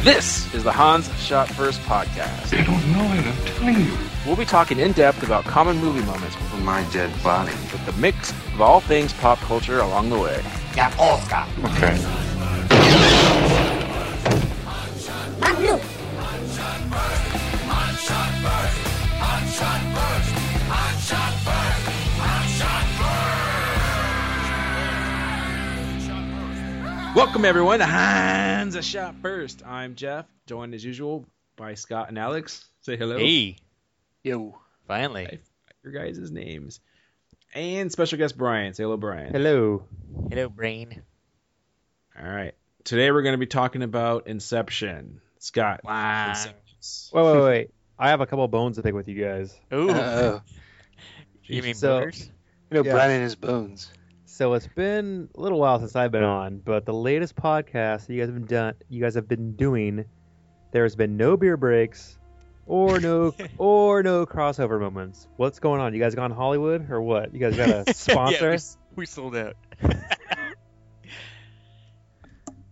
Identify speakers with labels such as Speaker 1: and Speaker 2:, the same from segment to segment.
Speaker 1: This is the Hans Shot First podcast.
Speaker 2: I don't know it, I'm telling you.
Speaker 1: We'll be talking in depth about common movie moments
Speaker 3: my dead body.
Speaker 1: with the mix of all things pop culture along the way.
Speaker 2: Okay.
Speaker 1: Welcome everyone to Hans Shot First. I'm Jeff, joined as usual by Scott and Alex. Say hello.
Speaker 4: Hey,
Speaker 1: Yo.
Speaker 4: finally.
Speaker 1: Hey. Your guys' names. And special guest Brian. Say hello, Brian.
Speaker 5: Hello.
Speaker 4: Hello, brain.
Speaker 1: All right. Today we're going to be talking about Inception. Scott.
Speaker 4: Wow.
Speaker 1: Inception.
Speaker 5: Wait, wait, wait. I have a couple bones to pick with you guys.
Speaker 4: Ooh,
Speaker 3: Uh,
Speaker 4: you mean
Speaker 5: So-
Speaker 4: burgers?
Speaker 3: you know,
Speaker 5: Yeah.
Speaker 3: Brian and his bones.
Speaker 5: So it's been a little while since I've been on, but the latest podcast that you guys have been done, you guys have been doing, there has been no beer breaks, or no, or no crossover moments. What's going on? You guys gone Hollywood or what? You guys got a
Speaker 4: Yeah,
Speaker 5: sponsor?
Speaker 4: we, s- we sold out.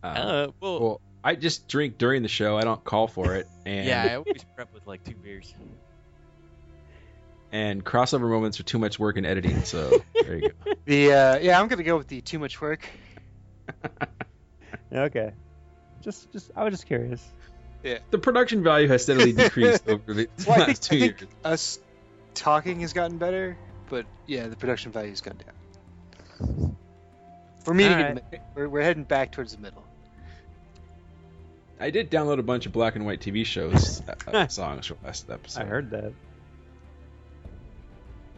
Speaker 1: Uh,
Speaker 4: Uh, well,
Speaker 1: well, I just drink during the show. I don't call for it. And
Speaker 4: yeah, I always prep with like two beers.
Speaker 1: and crossover moments are too much work in editing. So there you go.
Speaker 3: The uh, yeah, I'm gonna go with the too much work.
Speaker 5: okay. Just, just I was just curious.
Speaker 1: The production value has steadily decreased over the
Speaker 3: Well, I
Speaker 1: last
Speaker 3: think,
Speaker 1: two
Speaker 3: I think
Speaker 1: years.
Speaker 3: us talking has gotten better, but yeah, the production value's gone down. We're meeting. In the, mid- we're, we're heading back towards the middle.
Speaker 1: I did download a bunch of black and white TV shows uh, songs from last episode.
Speaker 5: I heard that.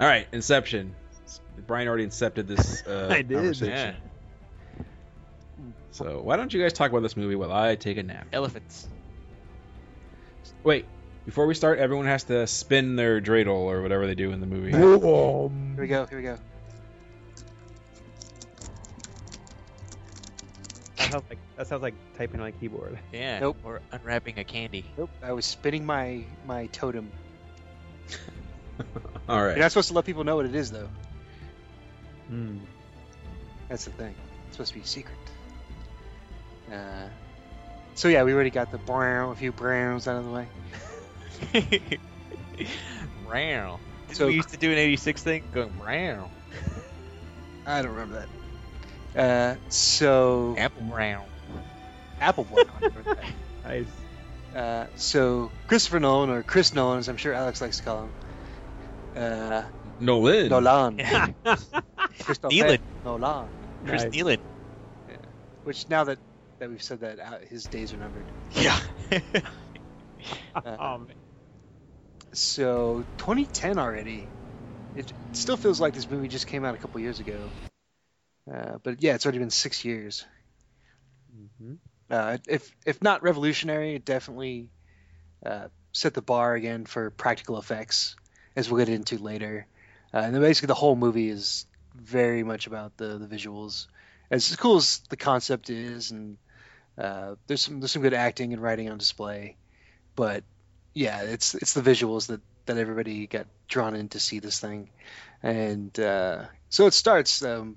Speaker 1: All right, Inception. Brian already incepted this. Uh,
Speaker 5: I did.
Speaker 1: Conversation. So why don't you guys talk about this movie while I take a nap?
Speaker 4: Elephants.
Speaker 1: Wait, before we start, everyone has to spin their dreidel or whatever they do in the movie.
Speaker 3: Here we go. Here we go.
Speaker 5: That sounds like, that sounds like typing on a keyboard.
Speaker 4: Yeah.
Speaker 3: Nope.
Speaker 4: Or unwrapping a candy.
Speaker 3: Nope. I was spinning my my totem.
Speaker 1: All right.
Speaker 3: You're not supposed to let people know what it is, though.
Speaker 5: Hmm.
Speaker 3: That's the thing. It's supposed to be secret. Uh, so yeah, we already got the brown, a few browns out of the way.
Speaker 4: Row. Didn't
Speaker 3: So-
Speaker 4: we used to do an '86 thing going row,
Speaker 3: I don't remember that. Uh, so
Speaker 4: apple row.
Speaker 3: Apple Boy. I don't remember
Speaker 5: Nice.
Speaker 3: that. uh, so Christopher Nolan or Chris Nolan, as I'm sure Alex likes to call him. Uh,
Speaker 1: Nolan.
Speaker 3: Nolan.
Speaker 4: Nolan.
Speaker 3: Christopher Nolan.
Speaker 4: Chris
Speaker 5: Nice.
Speaker 4: Nealon.
Speaker 3: Which now that that we've said that, out, his days are numbered.
Speaker 4: Yeah.
Speaker 3: Uh,
Speaker 5: Um,
Speaker 3: so 2010 already. It still feels like this movie just came out a couple years ago. Uh, but yeah, it's already been six years.
Speaker 5: mhm.
Speaker 3: Uh, if if not revolutionary, it definitely uh, set the bar again for practical effects, as we'll get into later. Uh, and then basically, the whole movie is very much about the the visuals. As cool as the concept is, and uh, there's some there's some good acting and writing on display, but yeah, it's it's the visuals that that everybody got drawn in to see this thing, and uh, so it starts um,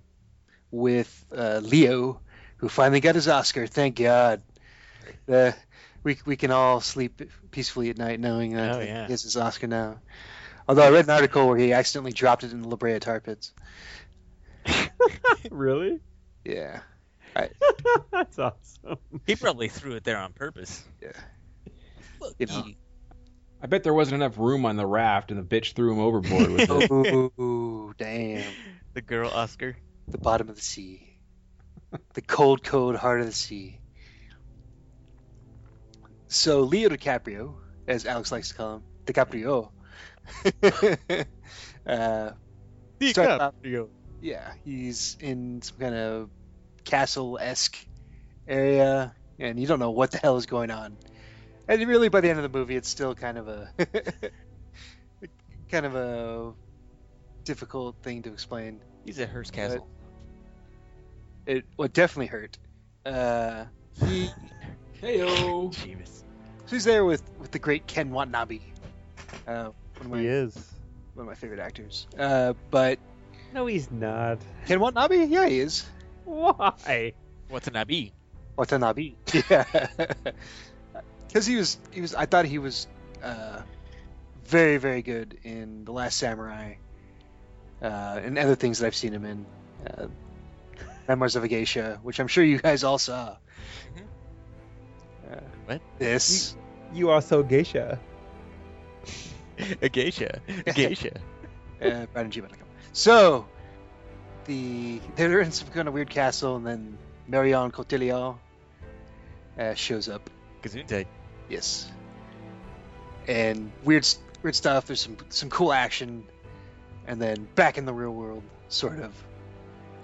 Speaker 3: with uh, Leo who finally got his Oscar. Thank God. Uh, we we can all sleep peacefully at night knowing that
Speaker 4: Oh, yeah.
Speaker 3: he has his Oscar now. Although I read an article where he accidentally dropped it in the La Brea tar pits.
Speaker 5: really?
Speaker 3: Yeah.
Speaker 5: That's awesome.
Speaker 4: he probably threw it there on purpose.
Speaker 3: Yeah.
Speaker 4: Look,
Speaker 3: You know.
Speaker 4: you.
Speaker 1: I bet there wasn't enough room on the raft, and the bitch threw him overboard with it.
Speaker 3: Ooh, damn.
Speaker 4: the girl Oscar.
Speaker 3: The bottom of the sea. The cold, cold heart of the sea. So Leo DiCaprio, as Alex likes to call him, DiCaprio. uh, Start off- yeah, he's in some kind of castle esque area, and you don't know what the hell is going on. And really, by the end of the movie, it's still kind of a kind of a difficult thing to explain.
Speaker 4: He's at Hearst Castle.
Speaker 3: It well, it definitely hurt. Uh, he,
Speaker 1: Heyo.
Speaker 4: Jeebus.
Speaker 3: so he's there with with the great Ken Watanabe, uh, one of my
Speaker 5: He is.
Speaker 3: one of my favorite actors. Uh, but
Speaker 5: No, he's not.
Speaker 3: Ken Watanabe, yeah, he is.
Speaker 5: Why?
Speaker 4: Watanabe.
Speaker 3: Watanabe. Yeah. because he was he was I thought he was uh, very very good in the Last Samurai uh, and other things that I've seen him in. Uh, Memoirs of a Geisha, which I'm sure you guys all saw. Uh,
Speaker 4: What?
Speaker 3: This.
Speaker 5: You are so geisha.
Speaker 4: A geisha. A geisha.
Speaker 3: uh, BrianandGmail.com. So, the they're in some kind of weird castle, and then Marion Cotillard uh, shows up.
Speaker 4: Gesundheit.
Speaker 3: Yes. And weird, s- weird stuff. There's some some cool action, and then back in the real world, sort of.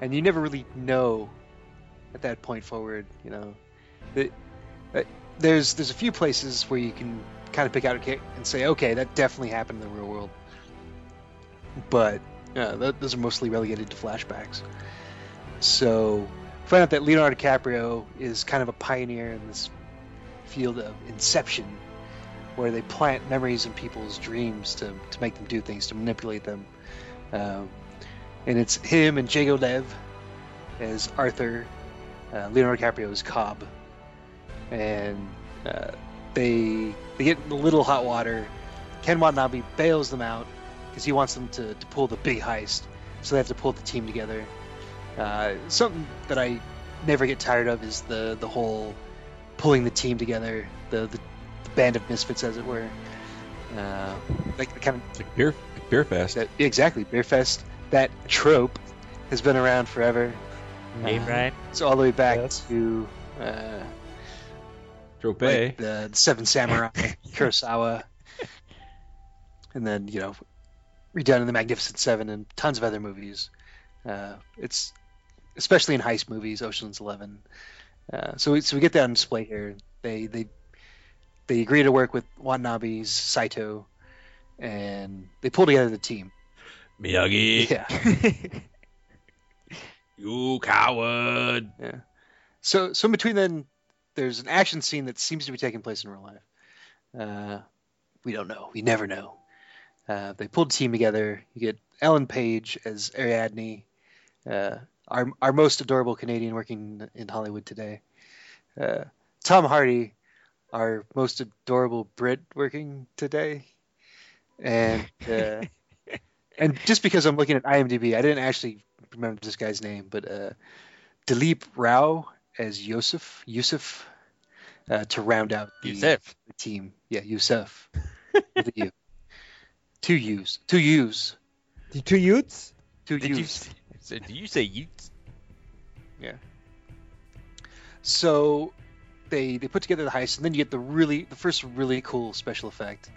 Speaker 3: And you never really know at that point forward, you know. That, that- there's there's a few places where you can kind of pick out a kick and say, okay, that definitely happened in the real world. But uh, th- those are mostly relegated to flashbacks. So find out that Leonardo DiCaprio is kind of a pioneer in this field of inception, where they plant memories in people's dreams to, to make them do things, to manipulate them. Um, and it's him and Jago Lev as Arthur, uh, Leonardo DiCaprio as Cobb, and uh, they they get in a little hot water. Ken Watanabe bails them out because he wants them to, to pull the big heist, so they have to pull the team together. Uh, something that I never get tired of is the the whole pulling the team together, the the, the band of misfits, as it were. Uh, like the kind of
Speaker 1: It's like beer, like beer fest.
Speaker 3: that exactly beer fest. That trope has been around forever.
Speaker 4: Hey,
Speaker 3: Uh,
Speaker 4: Brian.
Speaker 3: It's all the way back
Speaker 5: Yes.
Speaker 3: to uh,
Speaker 1: Trope.
Speaker 3: like the, the Seven Samurai, Kurosawa, and then you know, redone in the Magnificent Seven and tons of other movies. Uh, it's especially in heist movies, Ocean's Eleven. Uh, so we so we get that on display here. They they they agree to work with Watanabe's Saito, and they pull together the team.
Speaker 1: Miyagi,
Speaker 3: Yeah.
Speaker 1: you coward.
Speaker 3: So, so in between then, there's an action scene that seems to be taking place in real life. Uh, we don't know. We never know. Uh, they pulled a team together. You get Ellen Page as Ariadne, uh, our our most adorable Canadian working in Hollywood today. Uh, Tom Hardy, our most adorable Brit working today, and uh, and just because I'm looking at IMDb, I didn't actually remember this guy's name, but uh, Dilip Rao as Yosef, Yusuf, uh, to round out the,
Speaker 4: Yusef.
Speaker 3: the team. Yeah, Yusuf. With a U. Two U's. Two U's.
Speaker 5: The Two youths?
Speaker 3: Two
Speaker 4: Did
Speaker 3: U's.
Speaker 4: you, s- so did you say you?
Speaker 3: So they they put together the heist, and then you get the really the first really cool special effect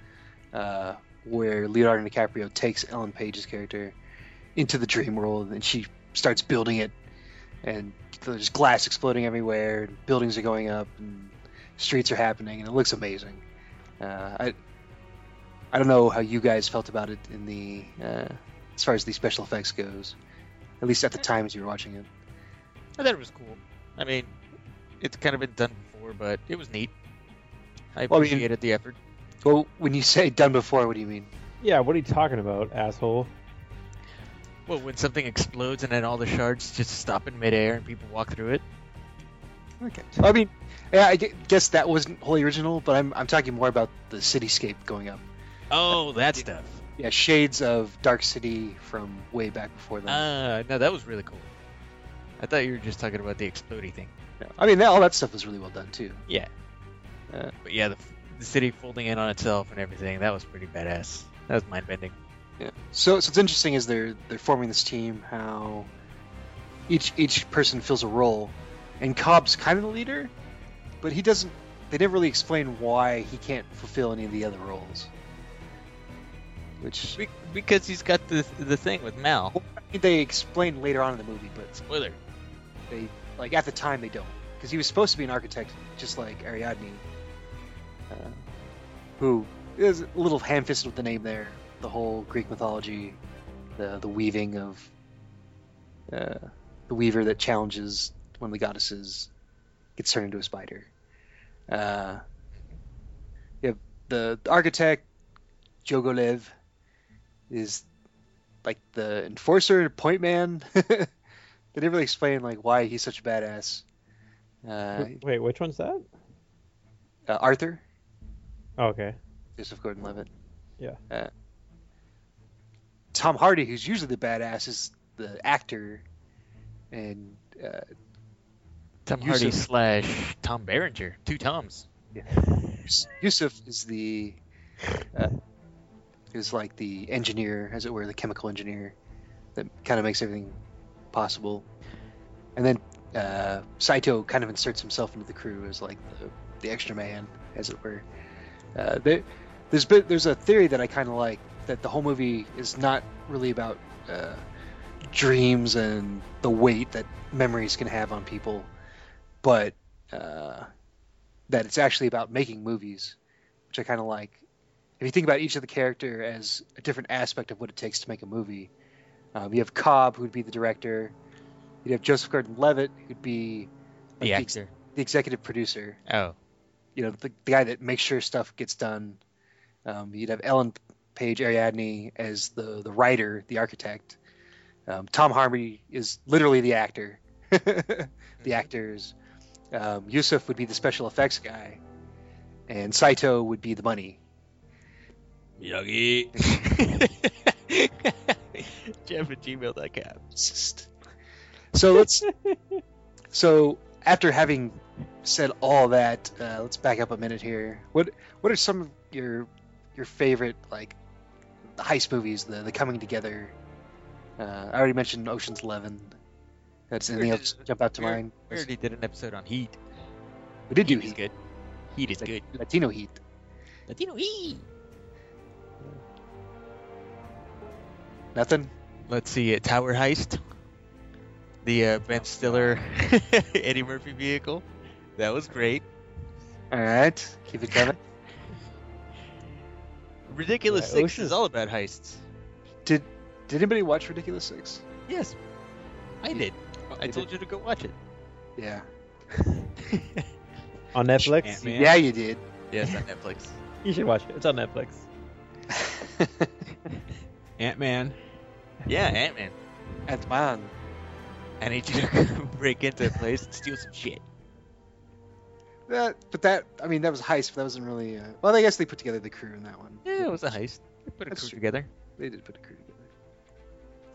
Speaker 3: uh, where Leonardo DiCaprio takes Ellen Page's character into the dream world, and she starts building it, and there's glass exploding everywhere, and buildings are going up, and streets are happening, and it looks amazing. Uh, I I don't know how you guys felt about it in the uh, as far as the special effects goes, at least at the time as you were watching it.
Speaker 4: I thought it was cool. I mean, it's kind of been done before, but it was neat. I
Speaker 3: Well, I mean-
Speaker 4: appreciated the effort.
Speaker 3: Well, when you say done before, what do you mean?
Speaker 5: Yeah, what are you talking about, asshole?
Speaker 4: Well, when something explodes and then all the shards just stop in midair and people walk through it.
Speaker 3: Okay. I mean, yeah, I gu- guess that wasn't wholly original, but I'm, I'm talking more about the cityscape going up.
Speaker 4: Oh, that stuff.
Speaker 3: Yeah, shades of Dark City from way back before that.
Speaker 4: Ah, no, that was really cool. I thought you were just talking about the exploding thing.
Speaker 3: I mean, that, all that stuff was really well done too.
Speaker 4: But yeah, the, the city folding in on itself and everything, that was pretty badass. That was mind bending.
Speaker 3: So, so it's interesting as they're they're forming this team how each each person fills a role, and Cobb's kind of the leader, but he doesn't. They never really explain why he can't fulfill any of the other roles. Which
Speaker 4: Because he's got the the thing with Mal.
Speaker 3: they explain later on in the movie, but
Speaker 4: Spoiler.
Speaker 3: they like at the time they don't because he was supposed to be an architect just like ariadne uh, who is a little ham-fisted with the name there the whole greek mythology the, the weaving of uh, the weaver that challenges one of the goddesses gets turned into a spider uh, yeah, the, the architect jogolev is like the enforcer point man they didn't really explain like why he's such a badass. Uh,
Speaker 5: Wait, which one's that? Oh,
Speaker 3: uh, Arthur,
Speaker 5: Okay.
Speaker 3: Joseph Gordon-Levitt.
Speaker 5: Yeah.
Speaker 3: Uh, Tom Hardy, who's usually the badass, is the actor, and uh,
Speaker 4: Tom
Speaker 3: Yusuf.
Speaker 4: Hardy slash Tom Berenger. Two Toms.
Speaker 3: Yus- Yusuf is the uh, is like the engineer, as it were, the chemical engineer that kind of makes everything possible. And then uh, Saito kind of inserts himself into the crew as like the, the extra man, as it were. Uh, there, there's bit, there's a theory that I kind of like that the whole movie is not really about uh, dreams and the weight that memories can have on people, but uh, that it's actually about making movies, which I kind of like. If you think about each of the character as a different aspect of what it takes to make a movie, um, you have Cobb, who'd be the director. You'd have Joseph Gordon-Levitt, who'd be like,
Speaker 4: The actor.
Speaker 3: the executive producer
Speaker 4: Oh.
Speaker 3: you know the, the guy that makes sure stuff gets done. Um, you'd have Ellen Page Ariadne as the the writer, the architect. Um, Tom Hardy is literally the actor. the actors. Um, Yusuf would be the special effects guy, and Saito would be the money.
Speaker 1: Miyagi.
Speaker 4: Jeff at gmail.com.
Speaker 3: So let's. so after having said all that, uh, let's back up a minute here. What what are some of your your favorite like heist movies? The the coming together. Uh, I already mentioned Ocean's Eleven. That's anything
Speaker 4: Where
Speaker 3: else jump out to
Speaker 4: where-
Speaker 3: mind?
Speaker 4: We already did an episode on Heat.
Speaker 3: We did do
Speaker 4: is
Speaker 3: Heat,
Speaker 4: good. Heat is
Speaker 3: Like-
Speaker 4: good.
Speaker 3: Latino Heat.
Speaker 4: Latino Heat.
Speaker 3: Nothing.
Speaker 4: Let's see. Uh, Tower Heist. The uh, Ben Stiller Eddie Murphy vehicle. That was great.
Speaker 3: All right, keep it coming.
Speaker 4: Ridiculous
Speaker 5: Yeah,
Speaker 4: Six
Speaker 5: Ocean's-
Speaker 4: is all about heists.
Speaker 3: did anybody watch Ridiculous Six?
Speaker 4: Yes, I did. I
Speaker 3: You
Speaker 4: told you to go watch it.
Speaker 3: Yeah.
Speaker 5: On Netflix?
Speaker 1: Ant-Man.
Speaker 3: Yeah, you did.
Speaker 4: Yes, on Netflix.
Speaker 5: You should watch it. It's on Netflix.
Speaker 1: Ant Man.
Speaker 4: Yeah, Ant Man.
Speaker 3: Ant Man.
Speaker 4: I need you to break into a place and steal some shit.
Speaker 3: That, but that, I mean, that was heist, but that wasn't really. Uh, well, I guess they put together the crew in that one.
Speaker 4: Yeah, it was a heist. They put a
Speaker 3: That's
Speaker 4: crew
Speaker 3: true.
Speaker 4: together.
Speaker 3: They did put a crew together.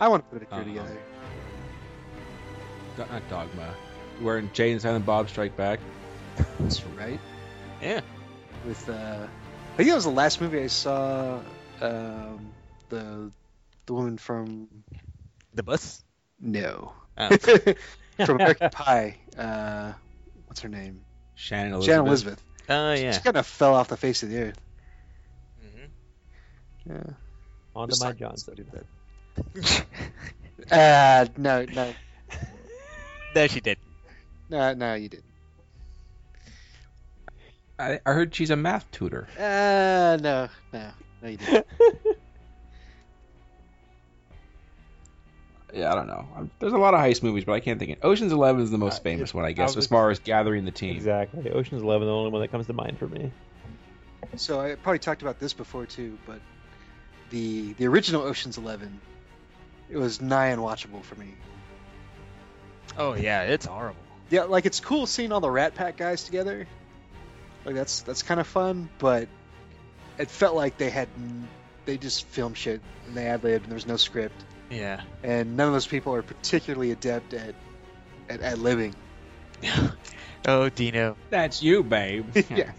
Speaker 3: I want to put a crew
Speaker 1: Uh-huh.
Speaker 3: together.
Speaker 1: Do- Not Dogma. We're in Jay and Silent Bob Strike Back.
Speaker 3: That's right.
Speaker 4: Yeah.
Speaker 3: With, uh, I think that was the last movie I saw. Um, the the woman from
Speaker 4: The bus.
Speaker 3: no
Speaker 4: Oh.
Speaker 3: from American Pie. Uh, what's her name?
Speaker 1: Shannon Elizabeth.
Speaker 3: Shannon Elizabeth.
Speaker 4: Oh
Speaker 3: She-
Speaker 4: yeah.
Speaker 3: She kind of fell off the face of the earth.
Speaker 4: hmm
Speaker 3: Yeah.
Speaker 5: On to
Speaker 3: Just
Speaker 5: my
Speaker 3: like-
Speaker 5: Johnson.
Speaker 3: Uh, no, no,
Speaker 4: no, she did.
Speaker 3: no, no, you did.
Speaker 1: I, I heard she's a math tutor.
Speaker 3: Uh, no, no, no, you didn't.
Speaker 1: Yeah, I don't know. I'm, there's a lot of heist movies, but I can't think of Ocean's Eleven is the most
Speaker 5: Uh,
Speaker 1: famous
Speaker 5: it-
Speaker 1: one, I
Speaker 5: I
Speaker 1: guess,
Speaker 5: was
Speaker 1: as far as gathering the team.
Speaker 5: exactly. Ocean's Eleven, the only one that comes to mind for me.
Speaker 3: So I probably talked about this before too, but the the original Ocean's Eleven, it was nigh unwatchable for me.
Speaker 4: Oh yeah, it's horrible.
Speaker 3: Yeah, like it's cool seeing all the Rat Pack guys together. Like that's that's kind of fun, but it felt like they had n- they just filmed shit and they ad libbed and there was no script
Speaker 4: Yeah.
Speaker 3: and none of those people are particularly adept at at, at living.
Speaker 4: oh Dino.
Speaker 1: That's you, babe.
Speaker 3: yeah.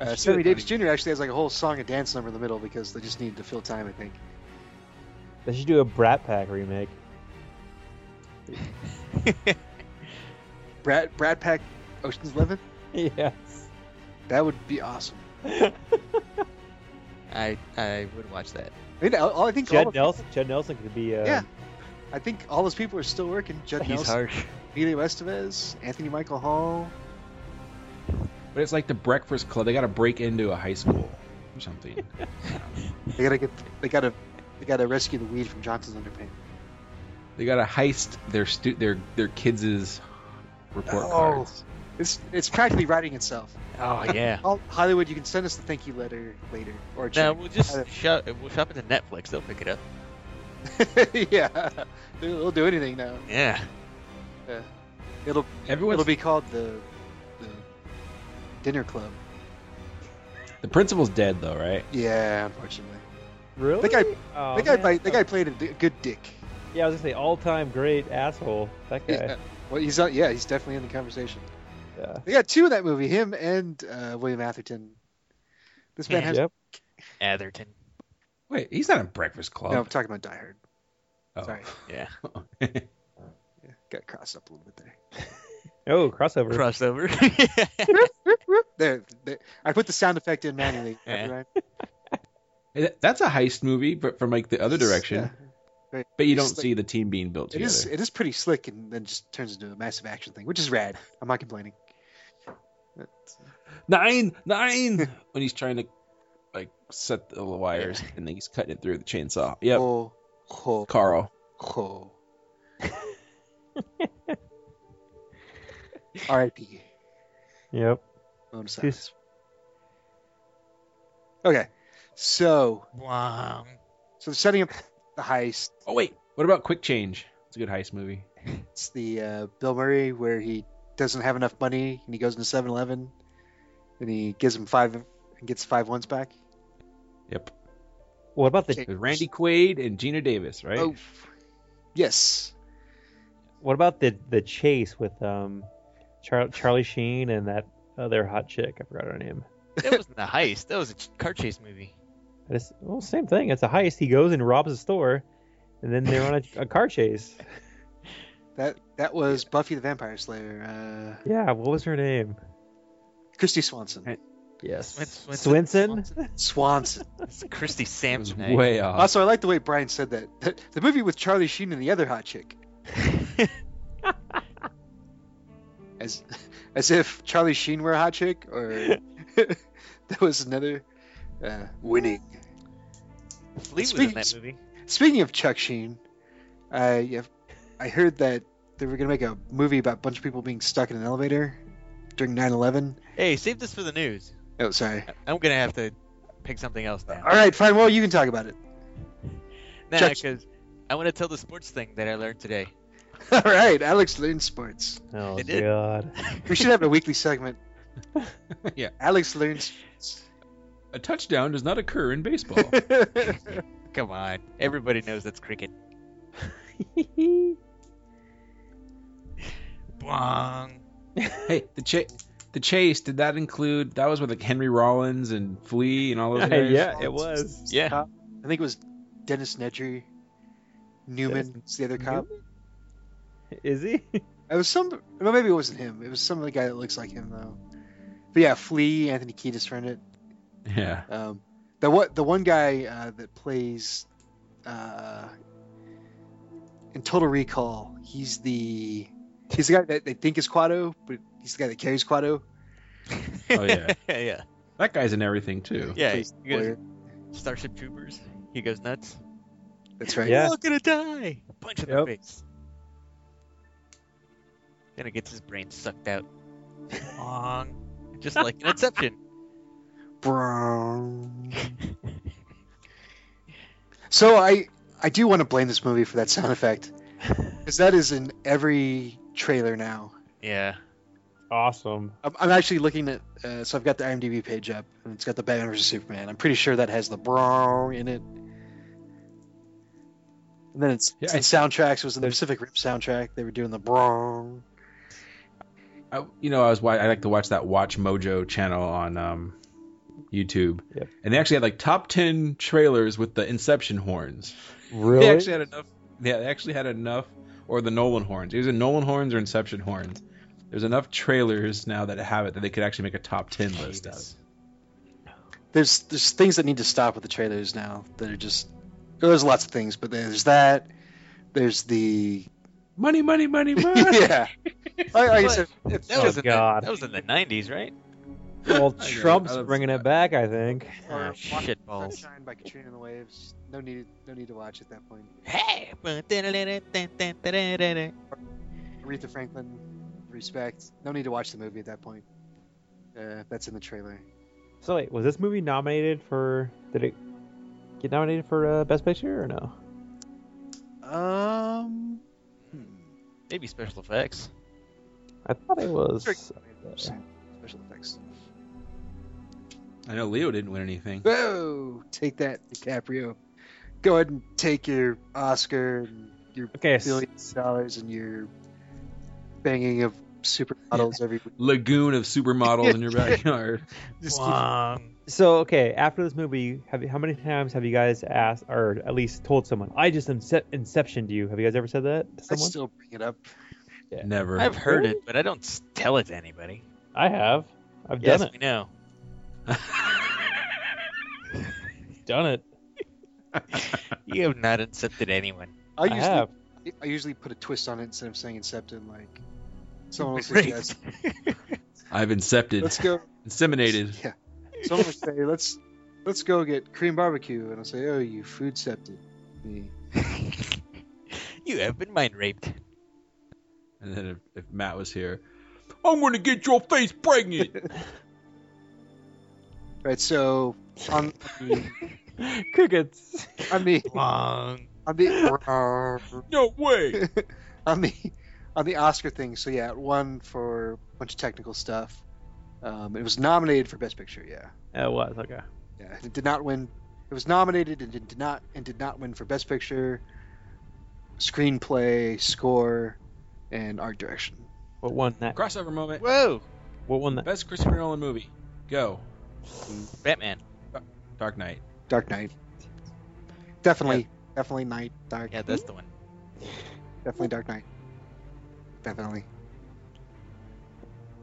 Speaker 3: Uh, Sammy Davis Jr. actually has like a whole song and dance number in the middle because they just needed to fill time, I think.
Speaker 5: They should do a Brat Pack remake.
Speaker 3: Brad Brad Pack Ocean's Eleven?
Speaker 5: yes.
Speaker 3: That would be awesome.
Speaker 4: I I would watch that.
Speaker 3: I mean, all, all- I think all
Speaker 5: Judd
Speaker 3: of-
Speaker 5: Nelson. Judd Nelson could be. Uh,
Speaker 3: Yeah. I think all those people are still working. Judd
Speaker 4: He's
Speaker 3: Nelson,
Speaker 4: harsh.
Speaker 3: Emilio Estevez, Anthony Michael Hall.
Speaker 1: But it's like the Breakfast Club. They got to break into a high school or something.
Speaker 3: They gotta get. They gotta. They gotta rescue the weed from Johnson's underpants.
Speaker 1: they got to heist their stu- their their kids' report
Speaker 3: Oh.
Speaker 1: cards.
Speaker 3: It's it's practically writing itself.
Speaker 4: Oh yeah.
Speaker 3: Hol- Hollywood, you can send us the thank you letter later or a
Speaker 4: No,
Speaker 3: check.
Speaker 4: we'll just shop. We'll shop into Netflix. They'll pick it up.
Speaker 3: yeah, they'll they'll do anything now.
Speaker 4: Yeah.
Speaker 3: It'll
Speaker 1: Everyone's
Speaker 3: it'll be called the the dinner club.
Speaker 1: The principal's dead though, right?
Speaker 3: Yeah, unfortunately.
Speaker 5: Really?
Speaker 3: That guy-
Speaker 5: oh,
Speaker 3: that guy,
Speaker 5: man.
Speaker 3: played, that guy played a d- good dick.
Speaker 5: Yeah, I was gonna say all-time great asshole. That guy.
Speaker 3: Yeah. Well, he's on, yeah, he's definitely in the conversation.
Speaker 5: Yeah.
Speaker 3: They got two in that movie, him and uh, William Atherton. This man
Speaker 4: Yeah.
Speaker 3: has.
Speaker 5: Yep.
Speaker 4: Atherton.
Speaker 1: Wait, he's not in Breakfast Club.
Speaker 3: No, I'm talking about Die Hard.
Speaker 1: Oh.
Speaker 3: Sorry,
Speaker 4: Yeah.
Speaker 3: yeah, got crossed up a little bit there.
Speaker 5: Oh, crossover.
Speaker 4: Crossover.
Speaker 3: There, there. I put the sound effect in manually.
Speaker 4: Yeah.
Speaker 3: copyright.
Speaker 1: Th- That's a heist movie, but from like the other direction.
Speaker 3: Yeah.
Speaker 1: But you don't
Speaker 3: Just like-
Speaker 1: see the team being built
Speaker 3: It
Speaker 1: together.
Speaker 3: is. It is pretty slick, and then just turns into a massive action thing, which is rad. I'm not complaining.
Speaker 1: nine, nine. when he's trying to like set the wires, and then he's cutting it through the chainsaw. Yep,
Speaker 3: Oh, ho,
Speaker 1: Carl.
Speaker 3: ho. R.I.P.
Speaker 5: Yep.
Speaker 3: Bonus
Speaker 5: He's-
Speaker 3: hours. Okay, so
Speaker 4: wow.
Speaker 3: so they're setting up the heist.
Speaker 1: Oh wait, what about Quick Change? It's a good heist movie.
Speaker 3: It's the uh, Bill Murray where he doesn't have enough money and he goes into 7-Eleven and he gives him five and gets five ones back.
Speaker 1: Yep,
Speaker 5: What about the
Speaker 3: Okay.
Speaker 1: With Randy Quaid and Gina Davis, right?
Speaker 3: Oh, yes.
Speaker 5: What about the the chase with um, Char- Charlie Sheen and that other hot chick? I forgot her name.
Speaker 4: That wasn't a heist. That was a ch- car chase movie.
Speaker 5: It's well, same thing. It's a heist. He goes and robs a store, and then they're on a, a car chase.
Speaker 3: That that was Buffy the Vampire Slayer. Uh,
Speaker 5: Yeah. What was her name?
Speaker 3: Christy Swanson.
Speaker 1: Hey.
Speaker 5: Yes.
Speaker 4: Swin-
Speaker 5: Swinson.
Speaker 3: Swanson.
Speaker 4: It's Christy
Speaker 1: It was
Speaker 4: Sampson. eh?
Speaker 1: way off.
Speaker 3: Also, I like the way Brian said that. that the movie with Charlie Sheen and the other hot chick. As as if Charlie Sheen were a hot chick or there was another uh, winning.
Speaker 4: Flea was in
Speaker 3: Speaking-
Speaker 4: that movie.
Speaker 3: Speaking of Chuck Sheen, I yeah, I heard that they were gonna make a movie about a bunch of people being stuck in an elevator during 9/11.
Speaker 4: Hey, save this for the news.
Speaker 3: Oh, sorry.
Speaker 4: I'm gonna have to pick something else now.
Speaker 3: All right, fine. Well, you can talk about it.
Speaker 4: Nah,
Speaker 3: Chuck-
Speaker 4: because I want to tell the sports thing that I learned today.
Speaker 3: All right, Alex learns sports.
Speaker 5: Oh
Speaker 4: They did.
Speaker 5: God.
Speaker 3: We should have a weekly segment.
Speaker 1: Yeah.
Speaker 3: Alex learns.
Speaker 1: A touchdown does not occur in baseball.
Speaker 4: Come on, everybody knows that's cricket. Bwong.
Speaker 1: hey, the cha- the chase did that include? That was with like Henry Rollins and Flea and all those guys.
Speaker 5: yeah, it was.
Speaker 4: Yeah.
Speaker 3: I think it was Dennis Nedry. Newman is the other cop.
Speaker 5: Is he?
Speaker 3: It was some. Well, maybe it wasn't him. It was some other guy that looks like him though. But yeah, Flea, Anthony Kiedis were in it.
Speaker 1: yeah.
Speaker 3: Um, the what the one guy uh, that plays uh, in Total Recall, he's the he's the guy that they think is Quado, but he's the guy that carries Quado.
Speaker 1: Oh, yeah.
Speaker 4: yeah.
Speaker 1: That guy's in everything too.
Speaker 4: Yeah.
Speaker 3: Plays
Speaker 4: you guys-
Speaker 3: lawyer.
Speaker 4: Starship Troopers. He goes nuts.
Speaker 3: That's right.
Speaker 5: Yeah.
Speaker 4: You're all gonna die. Punch in
Speaker 5: Yep.
Speaker 4: the face. Then it gets his brain sucked out. Bwong. Just like an Inception.
Speaker 3: Brown. so I I do want to blame this movie for that sound effect because that is in every trailer now.
Speaker 4: Yeah.
Speaker 5: Awesome.
Speaker 3: I'm, I'm actually looking at uh, so I've got the IMDb page up and it's got the Batman vs Superman. I'm pretty sure that has the brown in it. And then it's, it's
Speaker 1: Yeah, I-
Speaker 3: the soundtracks. It was in the Pacific Rim soundtrack. They were doing the brown.
Speaker 1: I, you know, I was wa- I like to watch that Watch Mojo channel on um, YouTube,
Speaker 5: Yep.
Speaker 1: and they actually had like top ten trailers with the Inception horns.
Speaker 5: Really?
Speaker 1: They actually had enough. Yeah, they actually had enough, or the Nolan horns. It was a Nolan horns or Inception horns. There's enough trailers now that have it that they could actually make a top ten list out of. it.
Speaker 3: There's there's things that need to stop with the trailers now that are just there's lots of things, but there's that. There's the
Speaker 1: Money, money, money, money.
Speaker 3: yeah. Like, like I said, if-
Speaker 4: That
Speaker 5: Oh,
Speaker 4: was in
Speaker 5: God.
Speaker 4: The, that was in the 90s, right?
Speaker 5: well,
Speaker 1: I know,
Speaker 5: Trump's
Speaker 1: I love
Speaker 5: bringing
Speaker 1: that.
Speaker 5: it back, I think.
Speaker 4: Oh,
Speaker 3: or Walk-
Speaker 4: shit balls.
Speaker 3: Sunshine by Katrina and the Waves. No need no need to watch at that point.
Speaker 4: Hey!
Speaker 3: Aretha Franklin, respect. No need to watch the movie at that point. Uh, that's in the trailer.
Speaker 5: So wait, was this movie nominated for? Did it get nominated for uh, Best Picture or no?
Speaker 3: Um,
Speaker 4: Maybe special effects.
Speaker 5: I thought it was.
Speaker 3: special effects.
Speaker 1: I know Leo didn't win anything.
Speaker 3: Whoa! Take that, DiCaprio. Go ahead and take your Oscar, and your
Speaker 5: Okay, s-
Speaker 3: billion dollars, and your banging of supermodels every week.
Speaker 1: Lagoon of supermodels in your backyard.
Speaker 3: Just keep-
Speaker 4: Wong.
Speaker 5: So okay, after this movie, have you, how many times have you guys asked, or at least told someone, "I just incep- inceptioned you"? Have you guys ever said that to
Speaker 3: I
Speaker 5: someone?
Speaker 3: still bring it up.
Speaker 1: Never.
Speaker 4: I've heard it, but I don't s- tell it to anybody.
Speaker 5: I have. I've
Speaker 4: Yes,
Speaker 5: done
Speaker 4: we know.
Speaker 5: it. Done it.
Speaker 4: You have not incepted anyone.
Speaker 3: I
Speaker 5: I,
Speaker 3: usually,
Speaker 5: have.
Speaker 3: I usually put a twist on it instead of saying incepted. Like someone will
Speaker 4: Great.
Speaker 3: suggest,
Speaker 1: I've incepted,
Speaker 3: "Let's go."
Speaker 1: inseminated.
Speaker 3: Yeah. Someone will say, "Let's let's go get cream barbecue," and I'll say, "Oh, you food septed me."
Speaker 4: you have been mind raped.
Speaker 1: And then if, if Matt was here, I'm gonna get your face pregnant.
Speaker 3: Right. So on the
Speaker 5: Crickets.
Speaker 3: on the
Speaker 4: Wong.
Speaker 3: on the
Speaker 1: no way.
Speaker 3: on the on the Oscar thing. So yeah, it won for a bunch of technical stuff. Um, it was nominated for Best Picture. Yeah,
Speaker 5: It was okay.
Speaker 3: yeah. It did not win. It was nominated and it did not and did not win for Best Picture, Screenplay, Score, and Art Direction.
Speaker 5: What won that?
Speaker 1: Crossover moment.
Speaker 4: Whoa.
Speaker 5: What won that?
Speaker 1: Best Christopher Nolan movie. Go.
Speaker 4: Batman.
Speaker 1: Dark Knight.
Speaker 3: Dark Knight. Definitely, definitely Night Dark.
Speaker 4: Yeah, that's the one.
Speaker 3: Definitely Dark Knight. Definitely.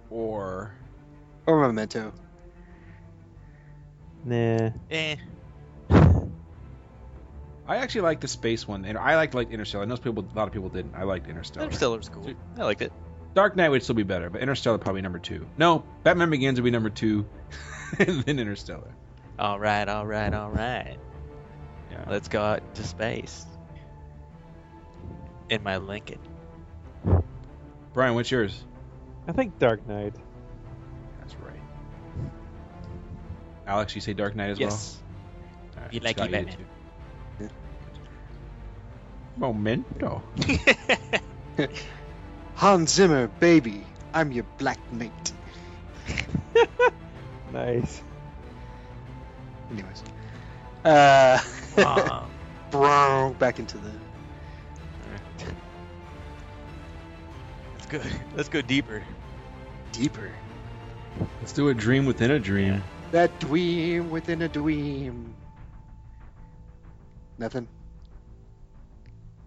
Speaker 1: Or
Speaker 3: Or Oh, Memento.
Speaker 5: Nah.
Speaker 4: Eh.
Speaker 1: I actually like the space one. And I liked like Interstellar. I know people, a lot of people didn't. I liked Interstellar.
Speaker 4: Interstellar was cool. I liked it.
Speaker 1: Dark Knight would still be better, but Interstellar probably number two. No, Batman Begins would be number two, and then Interstellar.
Speaker 4: All right, all right, all right.
Speaker 1: Yeah.
Speaker 4: Let's go out into space. In my Lincoln.
Speaker 1: Brian, what's yours?
Speaker 5: I think Dark Knight.
Speaker 1: That's right. Alex, you say Dark Knight as
Speaker 4: yes.
Speaker 1: well. All right,
Speaker 4: You like
Speaker 1: Scott,
Speaker 4: you,
Speaker 1: did
Speaker 4: Batman.
Speaker 1: too. Momento.
Speaker 3: Hans Zimmer, baby, I'm your Black Knight.
Speaker 5: Nice.
Speaker 3: Anyways. Uh, bro,
Speaker 4: Wong.
Speaker 3: back into the.
Speaker 4: Let's go. Let's go deeper.
Speaker 3: deeper.
Speaker 1: Let's do a dream within a dream.
Speaker 3: That dream within a dream. Nothing.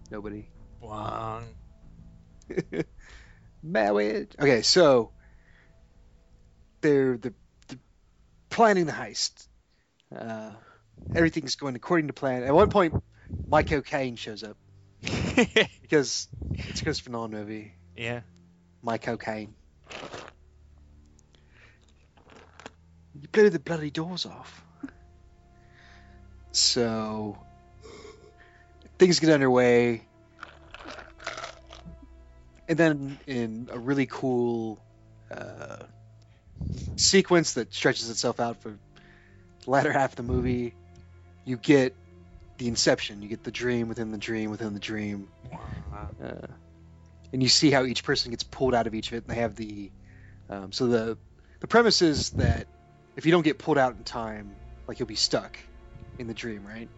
Speaker 3: Nobody.
Speaker 4: Wong.
Speaker 3: Marriage. Okay, so they're the, the planning the heist. Uh, everything's going according to plan. At one point, Michael Caine shows up because it's a Christopher Nolan movie.
Speaker 4: yeah.
Speaker 3: Michael Caine. You blew the bloody doors off. So things get underway. And then in a really cool uh, sequence that stretches itself out for the latter half of the movie, you get the inception. You get the dream within the dream within the dream.
Speaker 4: Wong.
Speaker 3: Uh, and you see how each person gets pulled out of each of it, and they have the um, so the the premise is that if you don't get pulled out in time, like you'll be stuck in the dream, right?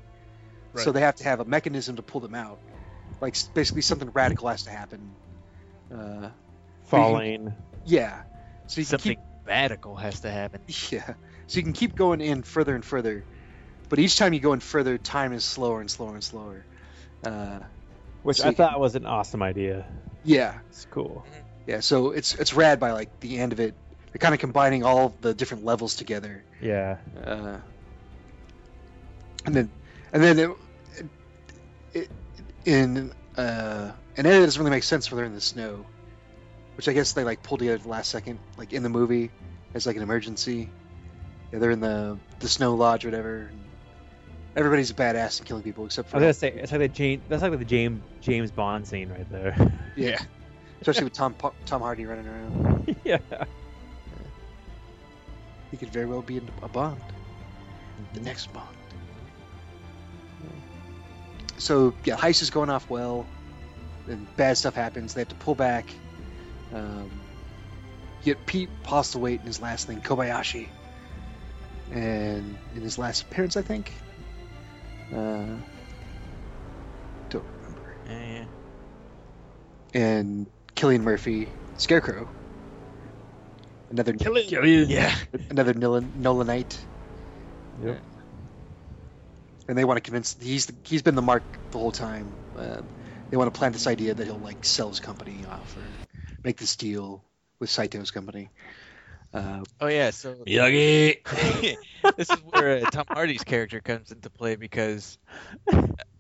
Speaker 3: So
Speaker 4: Right.
Speaker 3: they have to have a mechanism to pull them out. Like s- basically, something radical has to happen. Uh,
Speaker 5: Falling.
Speaker 3: yeah. So you can keep
Speaker 4: Something radical has to happen.
Speaker 3: yeah. So you can keep going in further and further, but each time you go in further, time is slower and slower and slower. Uh,
Speaker 5: Which
Speaker 3: so
Speaker 5: I
Speaker 3: you can-
Speaker 5: thought was an awesome idea.
Speaker 3: yeah.
Speaker 5: It's cool.
Speaker 3: Yeah, so it's it's rad by like the end of it. They're kind of combining all of the different levels together,
Speaker 5: Yeah.
Speaker 3: uh, and then and then it, it, in uh, an area that doesn't really make sense where they're in the snow, which I guess they like pulled together at the last second, like in the movie, as like an emergency. Yeah, they're in the the snow lodge, or whatever. And everybody's a badass and killing people except
Speaker 5: I
Speaker 3: for
Speaker 5: was gonna say it's like the James. That's like the James James Bond scene right there.
Speaker 3: yeah, especially with Tom Tom Hardy running around.
Speaker 5: yeah.
Speaker 3: He could very well be in a Bond. The next Bond. So, yeah, heist is going off well, and bad stuff happens. They have to pull back. Um, you get Pete Postlewaite in his last thing, Kobayashi. and in his last appearance, I think. Uh, don't remember.
Speaker 4: Yeah, yeah.
Speaker 3: And Killian Murphy, Scarecrow. Another
Speaker 4: Yeah.
Speaker 3: another Nolan, Nolanite.
Speaker 5: Yep.
Speaker 3: And they want to convince he's the, he's been the mark the whole time. Uh, they want to plant this idea that he'll like sell his company off or make this deal with Saito's company. Uh,
Speaker 4: Oh yeah. So
Speaker 1: Miyagi.
Speaker 4: this is where uh, Tom Hardy's character comes into play because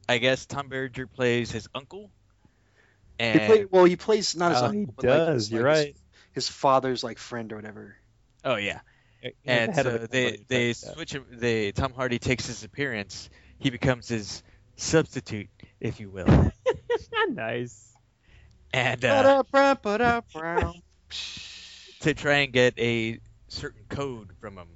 Speaker 4: I guess Tom Berger plays his uncle,
Speaker 3: he
Speaker 4: and
Speaker 3: play, well, Uh, he plays not his
Speaker 5: Oh,
Speaker 3: uncle,
Speaker 5: he
Speaker 3: but, like, his-
Speaker 5: does, you're
Speaker 3: like,
Speaker 5: right.
Speaker 3: His, his father's like friend or whatever.
Speaker 4: oh yeah,
Speaker 5: He's the
Speaker 4: and
Speaker 3: uh,
Speaker 5: head of
Speaker 4: so
Speaker 5: the
Speaker 4: they
Speaker 5: company,
Speaker 4: they
Speaker 5: so-
Speaker 4: switch. him- They Tom Hardy takes his appearance. He becomes his substitute, if you will,
Speaker 5: nice.
Speaker 4: and uh,
Speaker 3: Ba-da-bra-ba-da-bra.
Speaker 4: to try and get a certain code from him.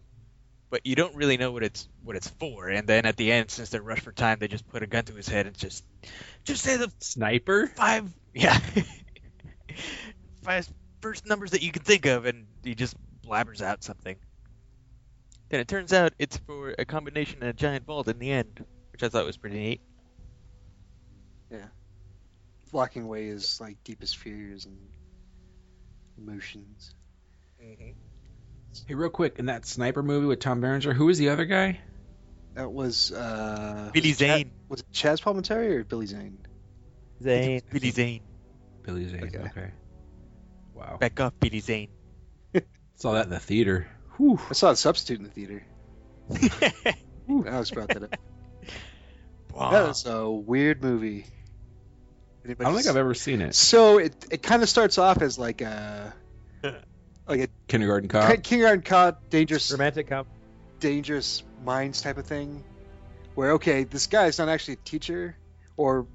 Speaker 4: But you don't really know what it's what it's for. And then at the end, since they're rushed for time, they just put a gun to his head and just just say the
Speaker 1: Sniper.
Speaker 4: five yeah five first numbers that you can think of and he just blabbers out something then it turns out it's for a combination and a giant vault in the end which i thought was pretty neat
Speaker 3: Walking away is like deepest fears and emotions. Mm-hmm.
Speaker 1: Hey, real quick, in that sniper movie with Tom Berenger, who was the other guy?
Speaker 3: That was uh,
Speaker 4: billy
Speaker 3: was it Chaz-
Speaker 4: zane
Speaker 3: was it Chaz Palminteri or Billy Zane?
Speaker 5: Zane.
Speaker 4: billy zane
Speaker 1: Billy Zane. Okay.
Speaker 3: Okay.
Speaker 1: Wow.
Speaker 4: back off billy zane
Speaker 1: Saw that in the theater. Whew.
Speaker 3: I saw a substitute in the theater. Alex brought that up. That
Speaker 4: Wow.
Speaker 3: is a weird movie.
Speaker 1: I don't think I've ever seen it.
Speaker 3: So it it kind of starts off as like a like
Speaker 1: Kindergarten
Speaker 3: a
Speaker 1: Cop.
Speaker 3: kindergarten caught dangerous
Speaker 5: Romantic comp.
Speaker 3: dangerous minds type of thing, where okay, this guy's not actually a teacher, or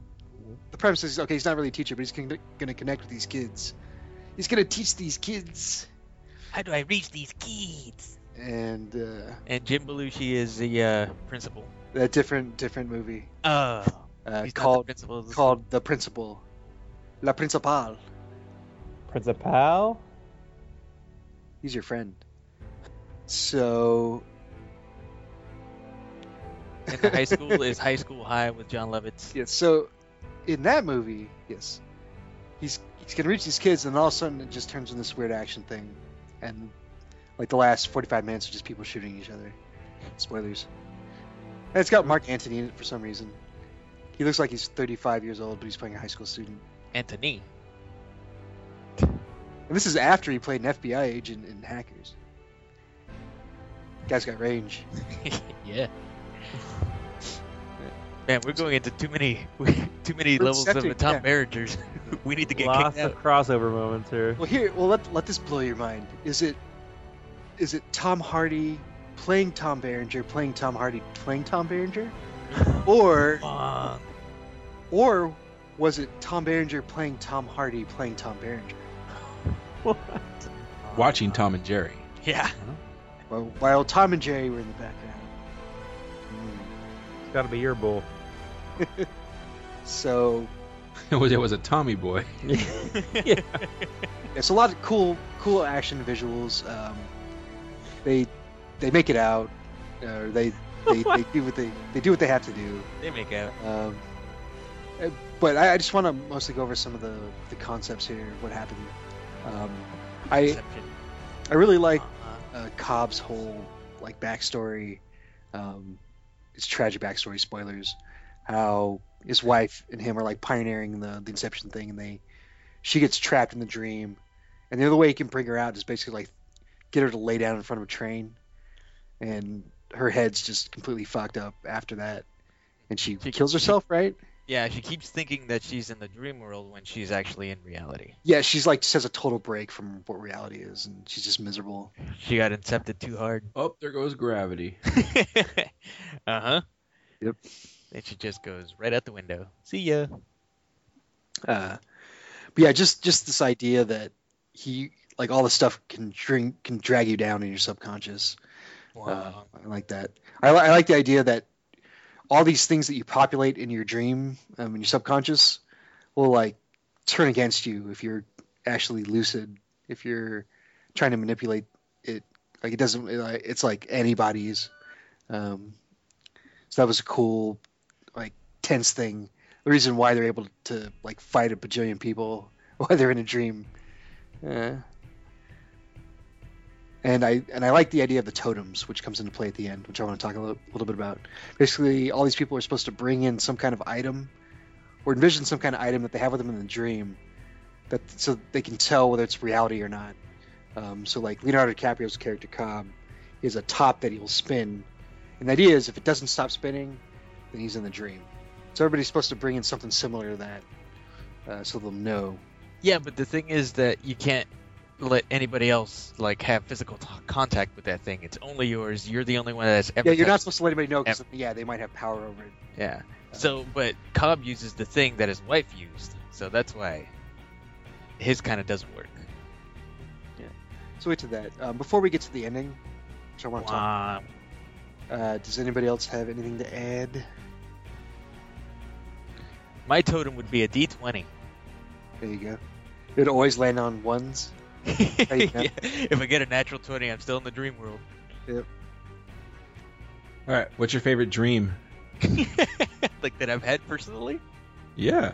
Speaker 3: the premise is okay, he's not really a teacher, but he's going to connect with these kids. He's going to teach these kids,
Speaker 4: how do i reach these kids
Speaker 3: and uh,
Speaker 4: and jim belushi is the uh, principal
Speaker 3: a different different movie
Speaker 4: oh
Speaker 3: uh,
Speaker 4: he's not the
Speaker 3: called
Speaker 4: principal of the
Speaker 3: called The Principal, La Principal.
Speaker 5: Principal?
Speaker 3: He's your friend. So
Speaker 4: and the high school is high school high with john lovitz
Speaker 3: Yes. So, in that movie, yes, he's he's gonna reach these kids, and all of a sudden it just turns into this weird action thing, and like the last forty five minutes are just people shooting each other. Spoilers. And it's got Mark Antony in it for some reason. He looks like he's thirty five years old, but he's playing a high school student.
Speaker 4: anthony
Speaker 3: And this is after he played an FBI agent in Hackers. Guy's got range.
Speaker 4: yeah. Man, we're going into too many, too many
Speaker 3: We're
Speaker 4: levels of
Speaker 3: accepting,
Speaker 4: the top
Speaker 3: yeah.
Speaker 4: managers. we need to get
Speaker 5: Lots
Speaker 4: kicked
Speaker 5: of
Speaker 4: out.
Speaker 5: crossover moments here.
Speaker 3: Well, here, well let let this blow your mind. Is it is it Tom Hardy playing Tom Berenger, playing Tom Hardy, playing Tom Berenger, or
Speaker 4: Long.
Speaker 3: or was it Tom Berenger playing Tom Hardy, playing Tom Berenger?
Speaker 1: Watching Tom and Jerry.
Speaker 4: Yeah.
Speaker 3: Well, while Tom and Jerry were in the background. Hmm.
Speaker 5: It's gotta be your bull.
Speaker 3: So
Speaker 1: It was it was a Tommy boy.
Speaker 3: it's a lot of cool cool action visuals. Um, they they make it out, or they they, they do what they they do what they have to do.
Speaker 4: They make out.
Speaker 3: Um, uh, but I, I just want to mostly go over some of the, the concepts here, what happened. Um, I
Speaker 4: Exception.
Speaker 3: I really like
Speaker 4: Uh-huh.
Speaker 3: uh, Cobb's whole like backstory. Um, it's tragic backstory. Spoilers. How his wife and him are like pioneering the, the inception thing, and they she gets trapped in the dream, and the only way he can bring her out is basically like get her to lay down in front of a train, and her head's just completely fucked up after that, and she,
Speaker 4: She-
Speaker 3: kills herself, right?
Speaker 4: Yeah, she keeps thinking that she's in the dream world when she's actually in reality.
Speaker 3: Yeah, she's like just has a total break from what reality is, and she's just miserable.
Speaker 4: She got incepted too hard.
Speaker 1: Oh, there goes gravity.
Speaker 4: uh huh.
Speaker 3: Yep.
Speaker 4: Uh-huh. And she just goes right out the window. See ya.
Speaker 3: Uh, but yeah, just just this idea that he like all this stuff can drink can drag you down in your subconscious.
Speaker 4: Wow.
Speaker 3: I like that. I, li- I like the idea that all these things that you populate in your dream um, in your subconscious will like turn against you if you're actually lucid if you're trying to manipulate it Like it doesn't. it, like, It's like anybody's. Um, so that was a cool, like tense thing. The reason why they're able to like fight a bajillion people while they're in a dream. Uh, and I and I like the idea of the totems, which comes into play at the end, which I want to talk a little, little bit about. Basically, all these people are supposed to bring in some kind of item, or envision some kind of item that they have with them in the dream, that so they can tell whether it's reality or not. Um, so, like Leonardo DiCaprio's character Cobb, he has a top that he will spin, and the idea is if it doesn't stop spinning, then he's in the dream. So everybody's supposed to bring in something similar to that, uh, so they'll know.
Speaker 4: Yeah, but the thing is that you can't let anybody else like have physical t- contact with that thing. It's only yours. You're the only one that's ever.
Speaker 3: Yeah, you're not
Speaker 4: touched-
Speaker 3: supposed to let anybody know because yeah, they might have power over it.
Speaker 4: Yeah. So, but Cobb uses the thing that his wife used, so that's why his kind of doesn't work.
Speaker 3: So wait to that. Um, before we get to the ending, which I want to talk
Speaker 4: Wow.
Speaker 3: Uh, does anybody else have anything to add?
Speaker 4: My totem would be a D20.
Speaker 3: There you go. It would always land on ones. you go.
Speaker 4: Yeah, If I get a natural 20, I'm still in the dream world.
Speaker 1: All right. What's your favorite dream?
Speaker 4: like that I've had personally.
Speaker 1: Yeah.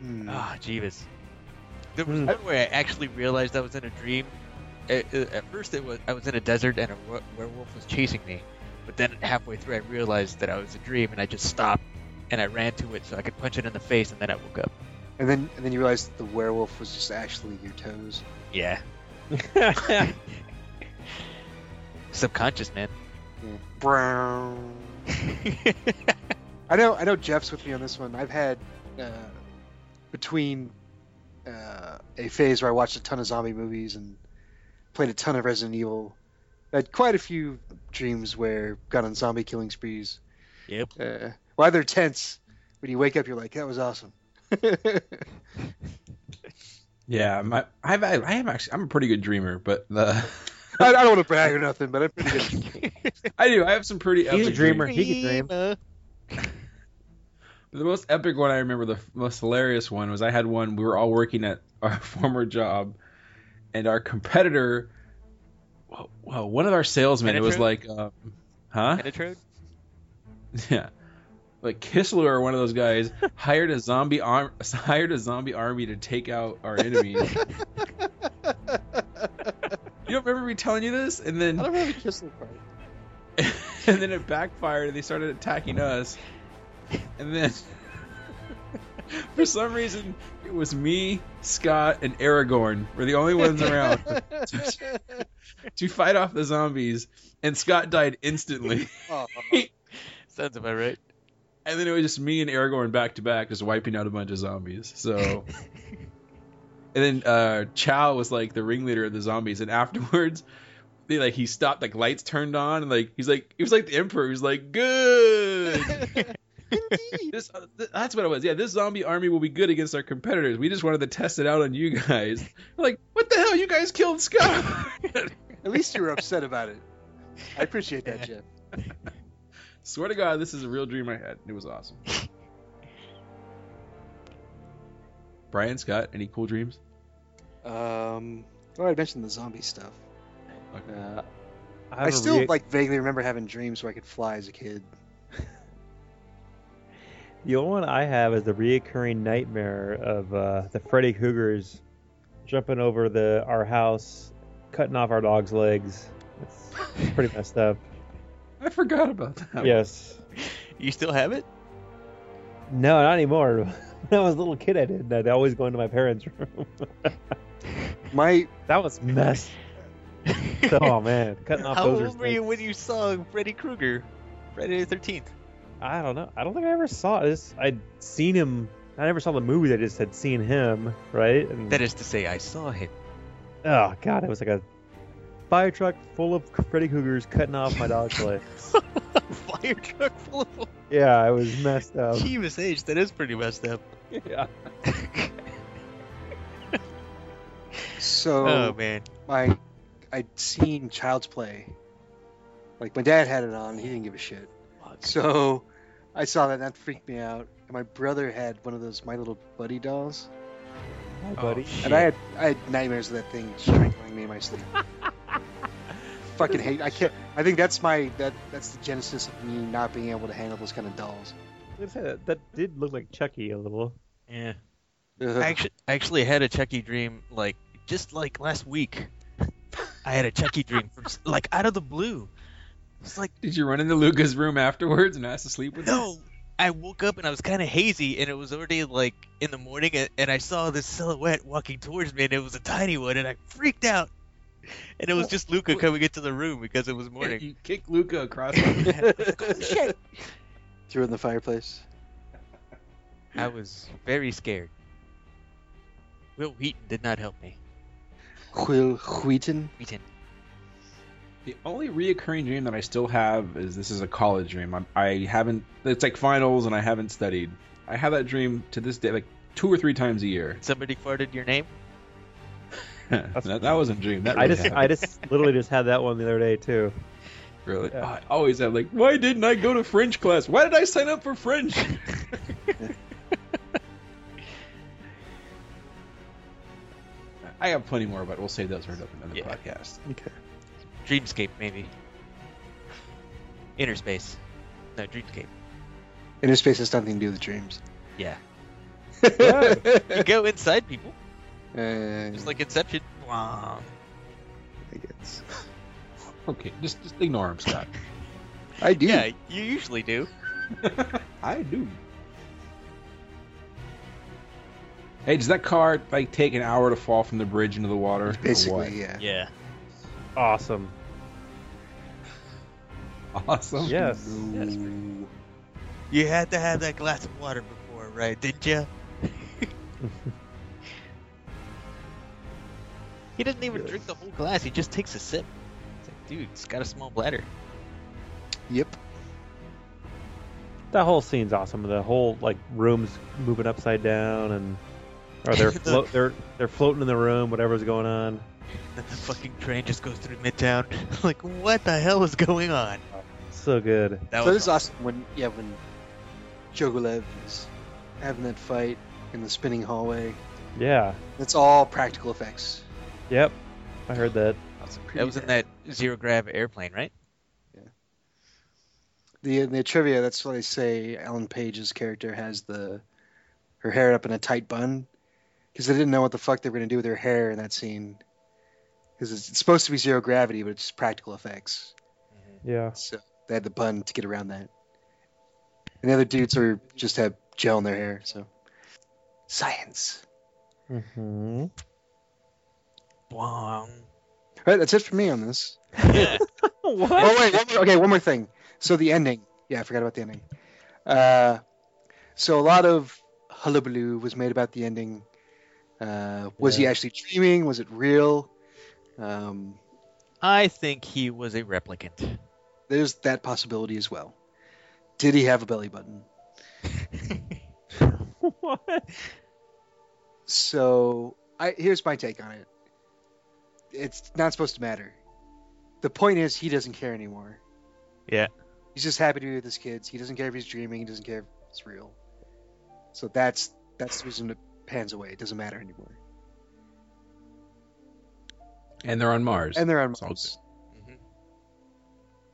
Speaker 3: Hmm.
Speaker 4: Ah, Jeeves. There was one where I actually realized I was in a dream. At, at first, it was I was in a desert and a were- werewolf was chasing me. But then halfway through, I realized that I was a dream, and I just stopped and I ran to it so I could punch it in the face, and then I woke up.
Speaker 3: And then and then you realize the werewolf was just actually your toes.
Speaker 4: Yeah, subconscious man.
Speaker 3: Brown. I know I know Jeff's with me on this one. I've had uh, between uh, a phase where I watched a ton of zombie movies and played a ton of Resident Evil. I had quite a few dreams where got on zombie killing sprees.
Speaker 4: yep.
Speaker 3: Uh, while they're tense, when you wake up, you're like, that was awesome.
Speaker 1: Yeah. My, I've, I, I am actually. I'm a pretty good dreamer, but the,
Speaker 3: I, I don't want to brag or nothing, but I'm pretty good. at-
Speaker 1: I do. I have some pretty.
Speaker 5: He's a
Speaker 1: epic
Speaker 5: dreamer.
Speaker 1: dreams.
Speaker 5: He can dream.
Speaker 1: The most epic one I remember, the f- most hilarious one was I had one. We were all working at our former job, and our competitor, well, well one of our salesmen, it was
Speaker 4: Penetrate?
Speaker 1: like, um, huh?
Speaker 4: Penetrode?
Speaker 1: Yeah, like Kistler or one of those guys hired a zombie arm, hired a zombie army to take out our enemies. you don't remember me telling you this? And then
Speaker 3: I don't remember kissing part.
Speaker 1: and then it backfired and they started attacking us and then for some reason it was me scott and aragorn were the only ones around to, to fight off the zombies and scott died instantly
Speaker 3: Oh,
Speaker 4: Sounds about right.
Speaker 1: and then it was just me and aragorn back to back just wiping out a bunch of zombies so and then uh chow was like the ringleader of the zombies and afterwards they, like he stopped like lights turned on and like he's like he was like the emperor he's like good this uh, th- that's what it was. Yeah, this zombie army will be good against our competitors. We just wanted to test it out on you guys. like, what the hell? You guys killed Scott.
Speaker 3: At least you were upset about it. I appreciate that, Jeff.
Speaker 1: Swear to God, this is a real dream I had. It was awesome. Brian Scott, any cool dreams?
Speaker 3: Um, well, I mentioned the zombie stuff.
Speaker 1: Okay.
Speaker 3: Uh,
Speaker 5: I,
Speaker 3: I,
Speaker 5: have a
Speaker 3: still
Speaker 5: re-
Speaker 3: like vaguely remember having dreams where I could fly as a kid.
Speaker 5: The only one I have is the reoccurring nightmare of uh, the Freddy Cougars jumping over the our house, cutting off our dog's legs. It's pretty messed up.
Speaker 1: I forgot about
Speaker 4: Oh.
Speaker 1: that.
Speaker 5: Yes.
Speaker 4: You still have it?
Speaker 5: No, not anymore. when I was a little kid, I did. I'd always go into my parents' room.
Speaker 3: My
Speaker 5: That was messed. oh man, cutting off
Speaker 4: How
Speaker 5: those.
Speaker 4: old were you when you saw Freddy Krueger? Friday the 13th.
Speaker 5: I don't know. I don't think I ever saw this. I'd seen him. I never saw the movie. I just had seen him, right? And
Speaker 4: That is to say, I saw him.
Speaker 5: oh god, it was like a fire truck full of Freddy Cougars cutting off my dog's leg.
Speaker 4: Fire truck full of
Speaker 5: Yeah, I was messed up.
Speaker 4: Jeebus H, that is pretty messed up.
Speaker 5: Yeah.
Speaker 3: so
Speaker 4: Oh, man.
Speaker 3: my I'd seen Child's Play. Like my dad had it on, he didn't give a shit. So I saw that, and that freaked me out. And my brother had one of those My Little Buddy dolls,
Speaker 5: Hi, buddy.
Speaker 4: Oh,
Speaker 3: and I had I had nightmares of that thing strangling me in my sleep. fucking hate. I can't. I think that's my that that's the genesis of me not being able to handle those kind of dolls.
Speaker 5: I was gonna say that that did look like Chucky a little.
Speaker 4: Yeah. I actually, I actually had a Chucky dream like just like last week. I had a Chucky dream from s- like out of the blue. It's like
Speaker 1: Did you run into Luca's room afterwards and ask to sleep with him?
Speaker 4: no. I woke up and I was kind of hazy, and it was already like in the morning, a- and I saw this silhouette walking towards me, and it was a tiny one, and I freaked out. And it was just Luca coming into the room because it was morning.
Speaker 1: You kick Luca across. the-
Speaker 4: Shit.
Speaker 3: Threw in the fireplace.
Speaker 4: I was very scared. Will Wheaton did not help me.
Speaker 3: Will Wheaton.
Speaker 4: Wheaton.
Speaker 1: the only reoccurring dream that I still have is this is a college dream. I'm, I haven't. It's like finals, and I haven't studied. I have that dream to this day, like two or three times a year.
Speaker 4: Somebody farted your name?
Speaker 1: that, that wasn't a dream. That really
Speaker 5: I just
Speaker 1: happened.
Speaker 5: I just literally just had that one the other day too.
Speaker 1: Really?
Speaker 5: Yeah.
Speaker 1: Oh, I always have like, why didn't I go to French class? Why did I sign up for French? I have plenty more, but we'll save those for another
Speaker 4: Yeah.
Speaker 1: podcast.
Speaker 4: Dreamscape, maybe. Inner space. No, Dreamscape.
Speaker 3: Inner space has nothing to do with dreams.
Speaker 4: Yeah.
Speaker 3: uh,
Speaker 4: You go inside people, just
Speaker 3: just
Speaker 4: like Inception. Wow.
Speaker 3: Uh, I guess.
Speaker 1: Okay, just just ignore him, Scott.
Speaker 3: I do.
Speaker 4: Yeah, you usually do.
Speaker 1: I do. Hey, does that car like take an hour to fall from the bridge into the water? or what?
Speaker 3: Basically, yeah.
Speaker 4: Yeah.
Speaker 5: Awesome.
Speaker 1: Awesome.
Speaker 5: Yes.
Speaker 4: You had to have that glass of water before, right? Didn't you? he doesn't even drink the whole glass. He just takes a sip. It's like, dude, it's got a small bladder.
Speaker 3: Yep.
Speaker 5: That whole scene's awesome. The whole like rooms moving upside down and or they're
Speaker 4: The-
Speaker 5: flo- they're they're floating in the room, whatever's going on.
Speaker 4: Then the fucking train just goes through Midtown. like, what the hell is going on?
Speaker 5: So good.
Speaker 4: That
Speaker 3: so this is awesome when yeah when Jogolev is having that fight in the spinning hallway.
Speaker 5: Yeah.
Speaker 3: It's all practical effects.
Speaker 5: Yep. I heard that.
Speaker 4: That was in that zero grav airplane, right?
Speaker 3: the in the trivia. That's why they say Ellen Page's character has the her hair up in a tight bun because they didn't know what the fuck they were gonna do with her hair in that scene because it's, it's supposed to be zero gravity, but it's just practical effects.
Speaker 5: Yeah.
Speaker 3: So they had the bun to get around that. And the other dudes are just have gel in their hair. So science.
Speaker 5: Mm-hmm.
Speaker 4: Wow.
Speaker 3: All right, that's it for me on this.
Speaker 4: Yeah.
Speaker 5: What?
Speaker 3: oh wait, one more, okay, one more thing. So the ending. Yeah, I forgot about the ending. Uh, so a lot of hullabaloo was made about the ending. Uh, was he
Speaker 5: Yeah.
Speaker 3: actually dreaming? Was it real? Um,
Speaker 4: I think he was a replicant.
Speaker 3: there's that possibility as well. Did he have a belly button?
Speaker 5: what?
Speaker 3: So I here's my take on it. It's not supposed to matter. The point is he doesn't care anymore.
Speaker 4: Yeah.
Speaker 3: He's just happy to be with his kids. He doesn't care if he's dreaming, he doesn't care if it's real. So that's that's the reason it pans away. It doesn't matter anymore.
Speaker 1: And they're on Mars.
Speaker 3: And they're on
Speaker 1: It's all
Speaker 3: Mars.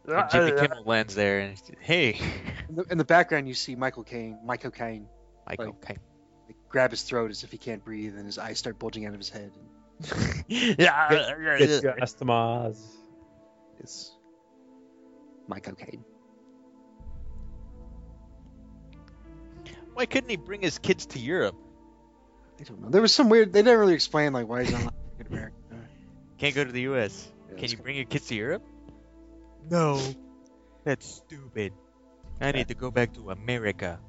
Speaker 4: And Jimmy Kimmel lands there and he said, hey,
Speaker 3: In the, in the background you see Michael Caine Michael Caine
Speaker 4: Michael. Okay.
Speaker 3: like, grab his throat as if he can't breathe and his eyes start bulging out of his head.
Speaker 5: Get your Estimaz.
Speaker 3: It's Michael Caine.
Speaker 4: Why couldn't he bring his kids to Europe?
Speaker 3: I don't know. There was some weird they didn't really explain like why he's not in America.
Speaker 4: Can't go to the U.S.
Speaker 3: Yeah,
Speaker 4: Can
Speaker 3: it's
Speaker 4: you bring your kids to Europe? No. That's stupid. I need to go back to America.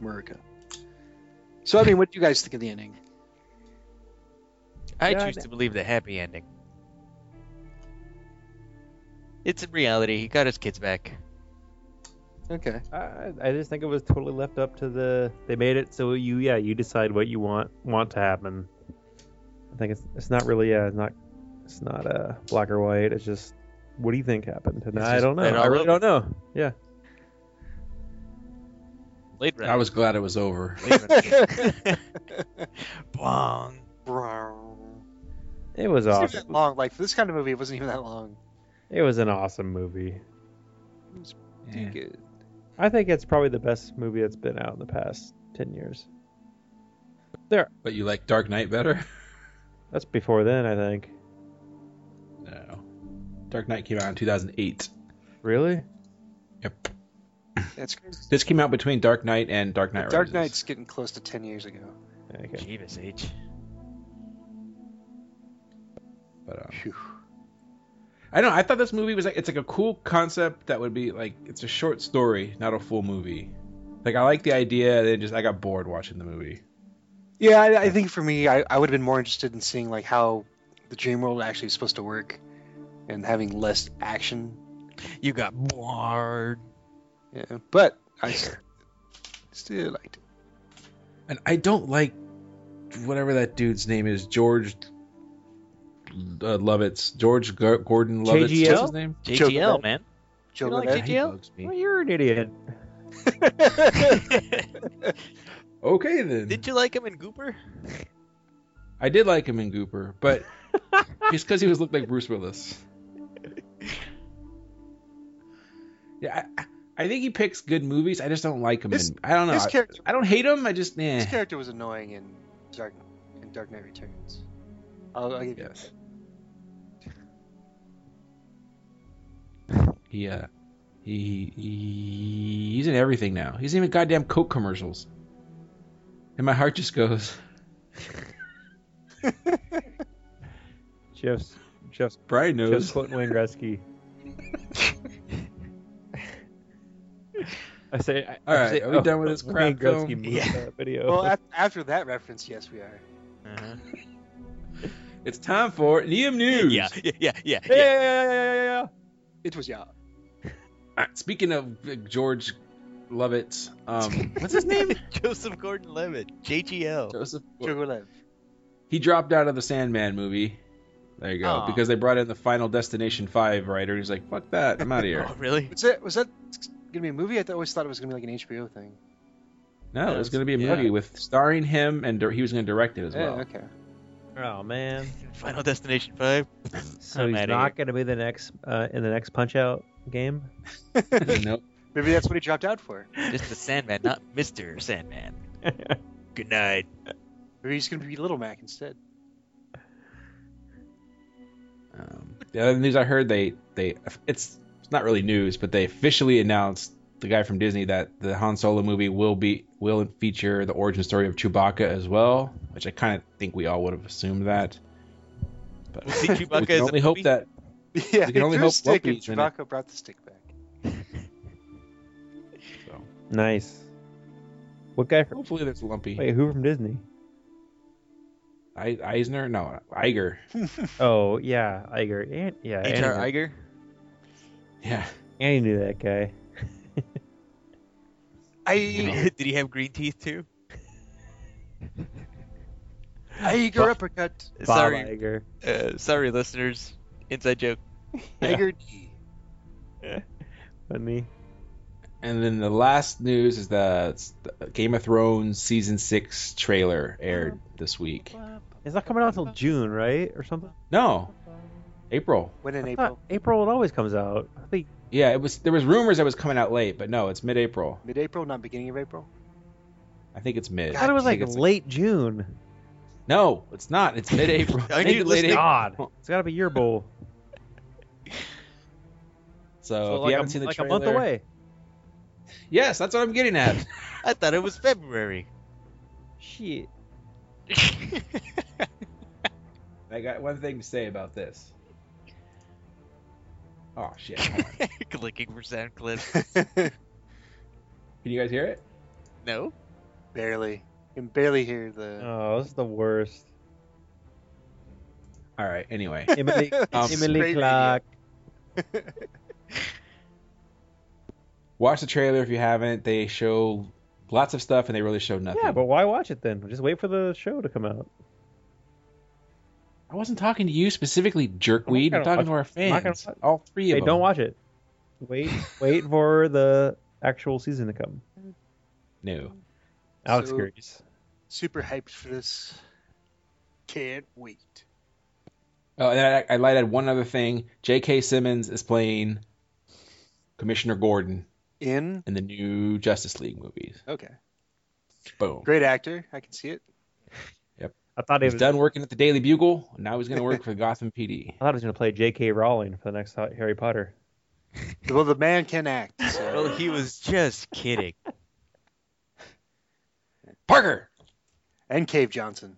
Speaker 3: America. So I mean, what do you guys think of the ending?
Speaker 4: I
Speaker 5: Yeah, I
Speaker 4: choose
Speaker 5: know.
Speaker 4: to believe the happy ending. It's in reality. He got his kids back.
Speaker 3: Okay.
Speaker 5: I, I just think it was totally left up to the. They made it so you, yeah, you decide what you want want to happen. I think it's it's not really, yeah, it's not it's not uh, black or white. It's just what do you think happened? And
Speaker 4: It's
Speaker 5: I
Speaker 4: just
Speaker 5: don't know.
Speaker 4: right
Speaker 5: I
Speaker 4: all
Speaker 5: really
Speaker 4: over.
Speaker 5: don't know. Yeah.
Speaker 4: Blade
Speaker 1: I
Speaker 4: Runner.
Speaker 1: was glad it was over.
Speaker 4: Blade Runner. Bong.
Speaker 3: Bro.
Speaker 5: It was
Speaker 3: It's not even that
Speaker 5: awesome.
Speaker 3: long. Like for this kind of movie, it wasn't even that long.
Speaker 5: It was an awesome movie.
Speaker 3: Pretty
Speaker 1: Yeah.
Speaker 3: good.
Speaker 5: I think it's probably the best movie that's been out in the past ten years.
Speaker 1: But you like Dark Knight better?
Speaker 5: That's before then, I think.
Speaker 1: No. Dark Knight came out in 2008.
Speaker 5: Really?
Speaker 1: Yep.
Speaker 3: That's crazy.
Speaker 1: This came out between Dark Knight and Dark Knight
Speaker 3: Dark
Speaker 1: Rises.
Speaker 3: Knight's getting close to ten years ago.
Speaker 5: Okay.
Speaker 4: Jeebus H.
Speaker 1: But, um,
Speaker 3: Phew.
Speaker 1: I don't know. I thought this movie was like it's like a cool concept that would be like it's a short story, not a full movie. Like I like the idea, and then just I got bored watching the movie.
Speaker 3: Yeah, I, I think for me, I, I would have been more interested in seeing like how the dream world actually is supposed to work, and having less action.
Speaker 4: You got bored.
Speaker 3: Yeah, but I s- still liked it.
Speaker 1: And I don't like whatever that dude's name is, George uh, Lovitz, George G- Gordon Lovitz.
Speaker 5: JGL?
Speaker 1: What's his name?
Speaker 4: JGL, man.
Speaker 3: Joe
Speaker 4: You don't like
Speaker 3: Lynette.
Speaker 1: He
Speaker 4: JGL?
Speaker 1: bugs me.
Speaker 5: Well, you're an idiot.
Speaker 1: Okay then.
Speaker 4: Did you like him in Gooper?
Speaker 1: I did like him in Gooper, but just because he was looked like Bruce Willis. Yeah, I, I think he picks good movies. I just don't like him.
Speaker 3: His-
Speaker 1: in, I don't know.
Speaker 3: his
Speaker 1: I-
Speaker 3: character-
Speaker 1: I don't hate him. I just nah.
Speaker 3: His character was annoying in Dark in Dark Knight Returns. I'll, I'll give you
Speaker 1: Yes. He uh, he, he he's in everything now. He's even goddamn Coke commercials. And my heart just goes,
Speaker 5: Jeff's Jeff's
Speaker 1: Brian
Speaker 5: Jeff's
Speaker 1: knows.
Speaker 5: quoting Wayne Gretzky. I say. I,
Speaker 1: All
Speaker 5: I
Speaker 1: right,
Speaker 5: say,
Speaker 1: are we
Speaker 5: oh,
Speaker 1: done with this
Speaker 5: Wayne
Speaker 1: crap
Speaker 5: Gretzky
Speaker 1: film?
Speaker 5: moved
Speaker 4: Yeah.
Speaker 5: that video.
Speaker 3: Well, af- after that reference, yes, we are.
Speaker 4: Uh-huh.
Speaker 1: It's time for Liam News.
Speaker 4: Yeah, yeah, yeah, yeah.
Speaker 5: yeah,
Speaker 4: yeah.
Speaker 5: yeah, yeah, yeah, yeah, yeah.
Speaker 3: It was yeah.
Speaker 1: All right, speaking of uh, George Lovett, um, what's his name?
Speaker 4: Joseph Gordon-Levitt, JGL.
Speaker 1: Joseph.
Speaker 3: Joe Lev.
Speaker 1: He dropped out of the Sandman movie. There you go.
Speaker 4: Aw.
Speaker 1: Because they brought in the Final Destination Five writer. He's like, fuck that. I'm out of here.
Speaker 4: Oh, really?
Speaker 3: Was that was that gonna be a movie? I th- always thought it was gonna be like an HBO thing.
Speaker 1: No, it was going to be a
Speaker 4: Yeah.
Speaker 1: movie with starring him, and dir- he was going to direct it as
Speaker 3: Yeah,
Speaker 1: well.
Speaker 3: okay.
Speaker 5: Oh man.
Speaker 4: Final Destination Five.
Speaker 5: So
Speaker 4: I'm
Speaker 5: he's
Speaker 4: outta
Speaker 5: not going to be the next uh, in the next Punch Out game.
Speaker 1: nope.
Speaker 3: Maybe that's what he dropped out for.
Speaker 4: Just the Sandman, not Mister Sandman. Good night.
Speaker 3: Maybe he's gonna be Little Mac instead.
Speaker 1: Um, the other news I heard they they it's it's not really news, but they officially announced the guy from Disney that the Han Solo movie will be will feature the origin story of Chewbacca as well, which I kind of think we all would have assumed that. But
Speaker 4: We'll see Chewbacca
Speaker 1: we can
Speaker 4: as a
Speaker 1: only hope
Speaker 4: movie?
Speaker 1: that
Speaker 3: yeah,
Speaker 1: can
Speaker 3: he
Speaker 1: only
Speaker 3: threw a
Speaker 1: hope
Speaker 3: stick and
Speaker 1: Loki's in it.
Speaker 3: Chewbacca brought the stick back.
Speaker 5: nice. What guy? From,
Speaker 1: hopefully there's Lumpy
Speaker 5: wait, who from Disney?
Speaker 1: I, Eisner, no Iger,
Speaker 5: Oh yeah, Iger. An- yeah, Andy,
Speaker 4: H.R. Iger.
Speaker 1: yeah.
Speaker 5: Andy knew that guy.
Speaker 3: I
Speaker 4: Did he have green teeth too?
Speaker 3: Iger uppercut.
Speaker 5: Bob
Speaker 4: sorry,
Speaker 5: Iger.
Speaker 4: uh, sorry, listeners. Inside joke.
Speaker 5: Yeah.
Speaker 3: Iger D.
Speaker 5: Funny.
Speaker 1: And then the last news is that Game of Thrones season six trailer aired this week.
Speaker 5: It's not coming out until June, right, or something?
Speaker 1: No, April.
Speaker 3: When in
Speaker 5: I
Speaker 3: April?
Speaker 5: thought April it always comes out. I think
Speaker 1: Yeah, it was. There was rumors that was coming out late, but no, it's mid-April.
Speaker 3: Mid-April, not beginning of April.
Speaker 1: I think it's
Speaker 5: I
Speaker 1: mid.
Speaker 5: thought it was
Speaker 1: I think
Speaker 5: like
Speaker 1: it's
Speaker 5: late June.
Speaker 1: No, it's not. It's mid-April.
Speaker 4: I
Speaker 1: Maybe
Speaker 4: need to
Speaker 1: late
Speaker 4: listen
Speaker 1: April.
Speaker 5: God, it's got to be your bowl.
Speaker 1: So,
Speaker 5: So
Speaker 1: Oh, if
Speaker 5: like
Speaker 1: you
Speaker 5: a-
Speaker 1: haven't seen the
Speaker 5: like
Speaker 1: trailer,
Speaker 5: a month away.
Speaker 1: Yes, that's what I'm getting at.
Speaker 4: I thought it was February.
Speaker 5: Shit.
Speaker 1: I got one thing to say about this. Oh shit! Can
Speaker 4: Clicking for sound clips.
Speaker 1: you guys hear it?
Speaker 4: No.
Speaker 3: barely. You can barely hear the.
Speaker 5: Oh, this is the worst.
Speaker 1: All right. Anyway,
Speaker 5: Emily,
Speaker 1: Um,
Speaker 5: Emily
Speaker 3: Great
Speaker 5: Clark.
Speaker 1: watch the trailer if you haven't. They show lots of stuff, and they really show nothing.
Speaker 5: Yeah, but why watch it then? Just wait for the show to come out.
Speaker 1: I wasn't talking to you specifically, jerkweed.
Speaker 5: gonna
Speaker 1: I'm talking to
Speaker 5: watch-
Speaker 1: our
Speaker 5: I'm not gonna
Speaker 1: fans,
Speaker 5: watch-
Speaker 1: all three of
Speaker 5: Hey,
Speaker 1: them.
Speaker 5: don't watch it. Wait, wait for the actual season to come.
Speaker 1: No.
Speaker 5: Alex
Speaker 3: So-
Speaker 5: agrees.
Speaker 3: Super hyped for this. Can't wait.
Speaker 1: Oh, and then I, I light add one other thing. J.K. Simmons is playing Commissioner Gordon
Speaker 3: In
Speaker 1: in the new Justice League movies.
Speaker 3: okay,
Speaker 1: Boom.
Speaker 3: great actor. I can see it.
Speaker 5: I thought he
Speaker 1: He's
Speaker 5: was.
Speaker 1: done working at the Daily Bugle. and Now he's going to work for Gotham PD.
Speaker 5: I thought he was going to play J.K. Rowling for the next Harry Potter.
Speaker 3: Well, the man can act.
Speaker 4: Well,
Speaker 3: So.
Speaker 4: he was just kidding.
Speaker 1: Parker.
Speaker 3: and Cave Johnson.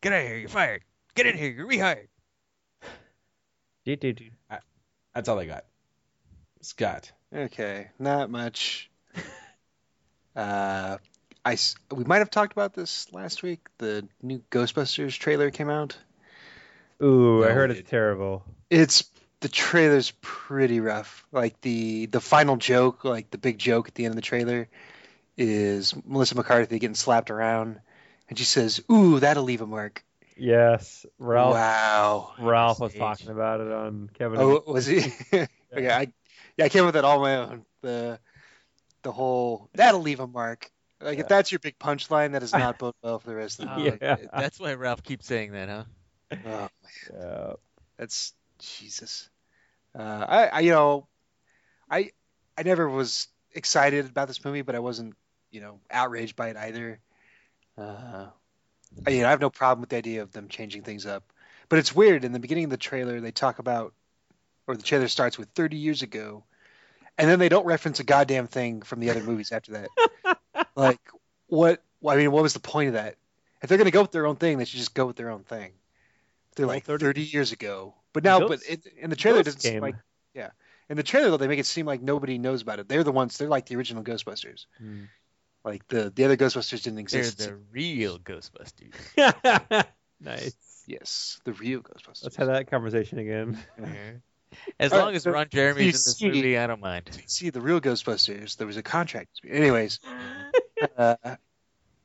Speaker 4: Get out of here. You're fired. Get in here. You're rehired.
Speaker 5: Dude, dude, dude.
Speaker 1: That's all I got. Scott.
Speaker 3: Okay, not much. Uh, I s- we might have talked about this last week. The new Ghostbusters trailer came out.
Speaker 5: Ooh, I
Speaker 1: No,
Speaker 5: heard
Speaker 1: dude.
Speaker 5: it's terrible.
Speaker 3: It's the trailer's pretty rough. Like the the final joke, like the big joke at the end of the trailer, is Melissa McCarthy getting slapped around, and she says, "Ooh, that'll leave a mark."
Speaker 5: Yes, Ralph.
Speaker 3: Wow.
Speaker 5: Ralph was
Speaker 4: Stage.
Speaker 5: talking about it on Kevin.
Speaker 3: Oh, was he? okay, I yeah, I came up with that all on my own. The the whole that'll leave a mark. Like
Speaker 5: Yeah.
Speaker 3: if that's your big punchline, that does not bode well for the rest of the movie.
Speaker 5: yeah.
Speaker 1: Uh.
Speaker 4: That's why Ralph keeps saying that, huh?
Speaker 3: Oh,
Speaker 5: yeah.
Speaker 3: that's Jesus. Uh, I, I you know, I I never was excited about this movie, but I wasn't you know outraged by it either. Uh, I, you know, I have no problem with the idea of them changing things up, but it's weird. In the beginning of the trailer, they talk about, or the trailer starts with 30 years ago, and then they don't reference a goddamn thing from the other movies after that. like, what? I mean, what was the point of that? If they're gonna go with their own thing, they should just go with their own thing. They're
Speaker 5: Well,
Speaker 3: like
Speaker 5: 30
Speaker 3: 30, years ago, but now, but
Speaker 5: Ghost-
Speaker 3: in, in the trailer, it
Speaker 5: Ghost
Speaker 3: doesn't seem
Speaker 5: Game.
Speaker 3: like yeah. In the trailer, though, they make it seem like nobody knows about it. They're the ones. They're like the original Ghostbusters.
Speaker 5: Hmm.
Speaker 3: Like the the other Ghostbusters didn't
Speaker 4: They're
Speaker 3: exist.
Speaker 4: the real Ghostbusters.
Speaker 5: nice.
Speaker 3: Yes, the real Ghostbusters.
Speaker 5: Let's have that conversation again.
Speaker 4: As
Speaker 3: All right,
Speaker 4: long as
Speaker 3: so
Speaker 4: Ron Jeremy's in this
Speaker 3: see-
Speaker 4: movie, I don't mind.
Speaker 3: See the real Ghostbusters. There was a contract. dispute. Anyways, uh,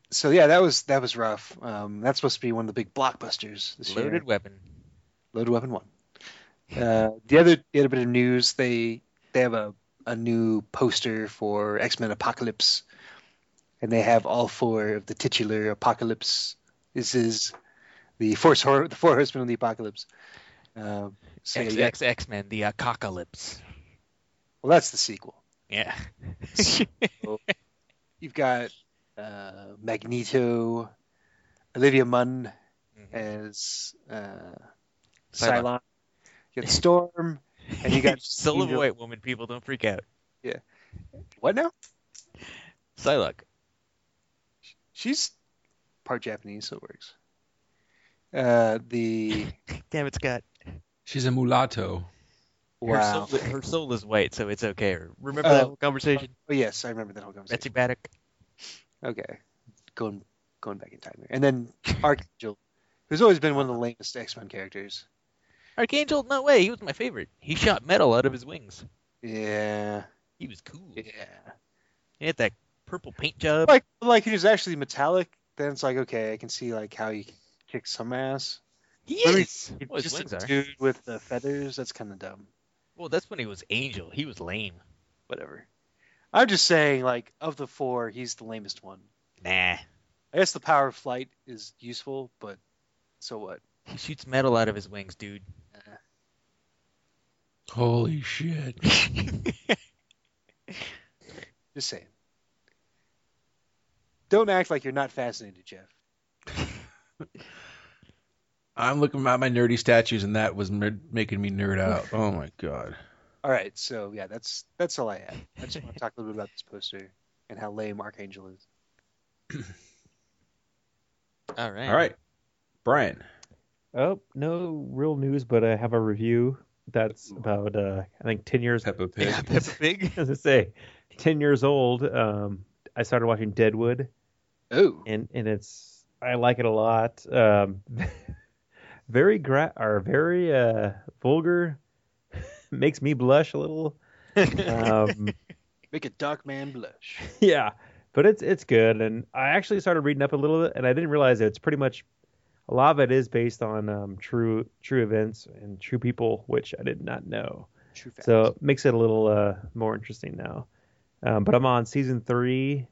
Speaker 3: so yeah, that was that was rough. Um, that's supposed to be one of the big blockbusters this year.
Speaker 4: Loaded weapon.
Speaker 3: Loaded Weapon One. Uh, the other the other bit of news they they have a, a new poster for X Men Apocalypse, and they have all four of the titular Apocalypse. This is the force hor- the four horsemen of the apocalypse. Um, so
Speaker 4: X
Speaker 3: yeah,
Speaker 4: X X Men, the apocalypse.
Speaker 3: well, that's the sequel.
Speaker 4: Yeah.
Speaker 3: You've got uh, Magneto, Olivia Munn as uh,
Speaker 4: Cylon.
Speaker 3: Cylon. You got Storm, and you got
Speaker 4: still a
Speaker 3: Angel-
Speaker 4: white woman. People don't freak out.
Speaker 3: what now?
Speaker 4: Psylocke.
Speaker 3: She's part Japanese, so it works. Uh, the
Speaker 4: Damn it, Scott.
Speaker 1: She's a mulatto.
Speaker 3: wow.
Speaker 4: Her soul, her soul is white, so it's okay. Remember
Speaker 3: Oh.
Speaker 4: that whole conversation?
Speaker 3: Oh yes, I remember that whole conversation.
Speaker 4: Betsy Baddock.
Speaker 3: Okay, going going back in time here, and then Archangel, who's always been one of the lamest X Men characters.
Speaker 4: Archangel? No way. He was my favorite. He shot metal out of his wings.
Speaker 3: Yeah,
Speaker 4: He was cool.
Speaker 3: yeah.
Speaker 4: He had that purple paint job.
Speaker 3: Like like he was actually metallic. Then it's like okay, I can see like how he kicks some ass.
Speaker 4: He
Speaker 3: Let me-
Speaker 4: is.
Speaker 3: He's
Speaker 4: Well, his
Speaker 3: just
Speaker 4: wings
Speaker 3: a
Speaker 4: are.
Speaker 3: dude with the feathers. That's kind of dumb.
Speaker 4: Well, that's when he was Angel. He was lame.
Speaker 3: Whatever. I'm just saying, like of the four, he's the lamest one.
Speaker 4: Nah.
Speaker 3: I guess the power of flight is useful, but so what?
Speaker 4: He shoots metal out of his wings, dude.
Speaker 1: Holy shit.
Speaker 3: Just saying. Don't act like you're not fascinated, Jeff.
Speaker 1: I'm looking at my nerdy statues, and that was mer- making me nerd out. Oh my god.
Speaker 3: All right, so yeah, that's that's all I have. I just want to talk a little bit about this poster and how lame Archangel is.
Speaker 4: All right.
Speaker 1: All right, Brian.
Speaker 5: Oh, no real news, but I have a review that's about uh, I think ten years.
Speaker 1: Peppa Pig.
Speaker 4: Yeah, Peppa Pig.
Speaker 5: As I say, ten years old. Um, I started watching Deadwood,
Speaker 3: Oh,
Speaker 5: and and it's I like it a lot. Um, very gra- or very uh, vulgar, makes me blush a little. Um,
Speaker 3: make a dark man blush.
Speaker 5: yeah, but it's it's good. And I actually started reading up a little bit, and I didn't realize that it's pretty much a lot of it is based on um, true true events and true people, which I did not know.
Speaker 3: True fact.
Speaker 5: So it makes it a little uh, more interesting now. Um, but I'm on season three,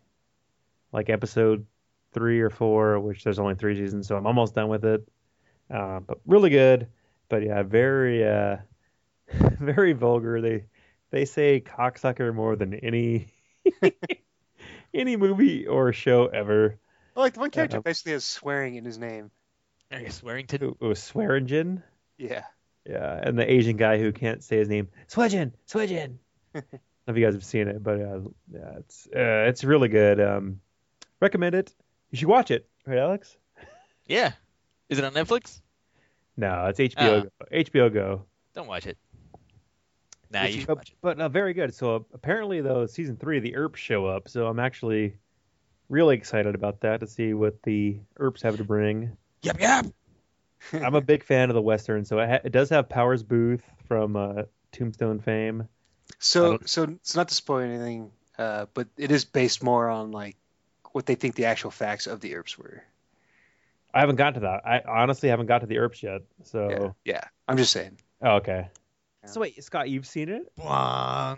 Speaker 5: like episode three or four, which there's only three seasons, so I'm almost done with it. uh, but really good. But yeah, very uh, very vulgar. They they say cocksucker more than any any movie or show ever.
Speaker 3: Well, Oh, like the one character
Speaker 5: Uh,
Speaker 3: basically has swearing in his name.
Speaker 4: I guess Swearington.
Speaker 5: It was Swearingen.
Speaker 3: Yeah.
Speaker 5: Yeah, and the Asian guy who can't say his name, Swedgen, Swedgen. I don't know if you guys have seen it, but uh, yeah, it's uh, it's really good. Um, recommend it. You should watch it, right, Alex?
Speaker 4: Yeah. Is it on Netflix?
Speaker 5: No, it's
Speaker 4: Uh.
Speaker 5: HBO. Go. HBO Go.
Speaker 4: Don't watch it. Nah,
Speaker 5: Which-
Speaker 4: you should
Speaker 5: uh,
Speaker 4: watch it.
Speaker 5: But uh, very good. So uh, apparently, though, season three, the ERPs show up. So I'm actually really excited about that to see what the ERPs have to bring.
Speaker 4: Yep, yep.
Speaker 5: I'm a big fan of the Western, so it, ha- it does have Powers Booth from uh, Tombstone fame. I
Speaker 3: So
Speaker 5: don't-
Speaker 3: so it's not to spoil anything, uh, but it is based more on like what they think the actual facts of the herbs were.
Speaker 5: I haven't got to that. I honestly haven't got to the ERPs yet. So
Speaker 3: Yeah. Yeah. I'm just saying.
Speaker 5: oh, okay.
Speaker 3: Yeah.
Speaker 5: So wait, Scott, you've seen it?
Speaker 4: Bwong.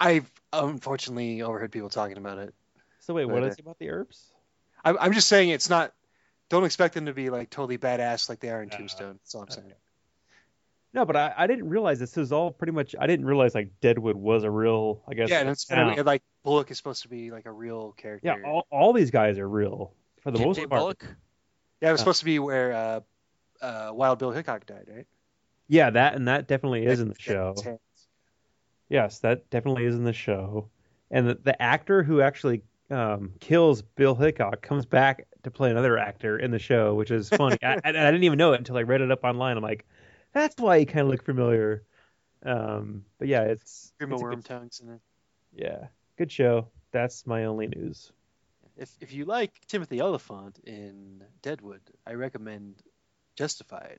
Speaker 3: I've unfortunately overheard people talking about it.
Speaker 5: So wait, what
Speaker 3: Right.
Speaker 5: is it about the ERPs?
Speaker 3: I'm, I'm just saying it's not. Don't expect them to be like totally badass like they are in
Speaker 5: Uh,
Speaker 3: Tombstone. That's all I'm saying.
Speaker 5: okay. No, but I, I didn't realize this was all pretty much. I didn't realize like Deadwood was a real. I guess.
Speaker 3: Yeah, and it's kind
Speaker 5: town.
Speaker 3: of and, like Bullock is supposed to be like a real character.
Speaker 5: Yeah, all, all these guys are real for the
Speaker 4: J.J.
Speaker 5: most part.
Speaker 4: Bullock?
Speaker 3: Yeah, it was
Speaker 5: uh,
Speaker 3: supposed to be where uh, uh, Wild Bill Hickok died, right?
Speaker 5: Yeah, that and that definitely is in the show.
Speaker 3: That's it.
Speaker 5: Yes, that definitely is in the show. And the, the actor who actually um, kills Bill Hickok comes back to play another actor in the show, which is funny. I, I, I didn't even know it until I read it up online. I'm like, that's why he kind of looked familiar. Um, but yeah, it's,
Speaker 3: Grim of
Speaker 5: it's a
Speaker 3: Worm
Speaker 5: good,
Speaker 3: Tongues in it.
Speaker 5: yeah, good show. That's my only news.
Speaker 3: If, if you like Timothy Oliphant in Deadwood, I recommend Justified.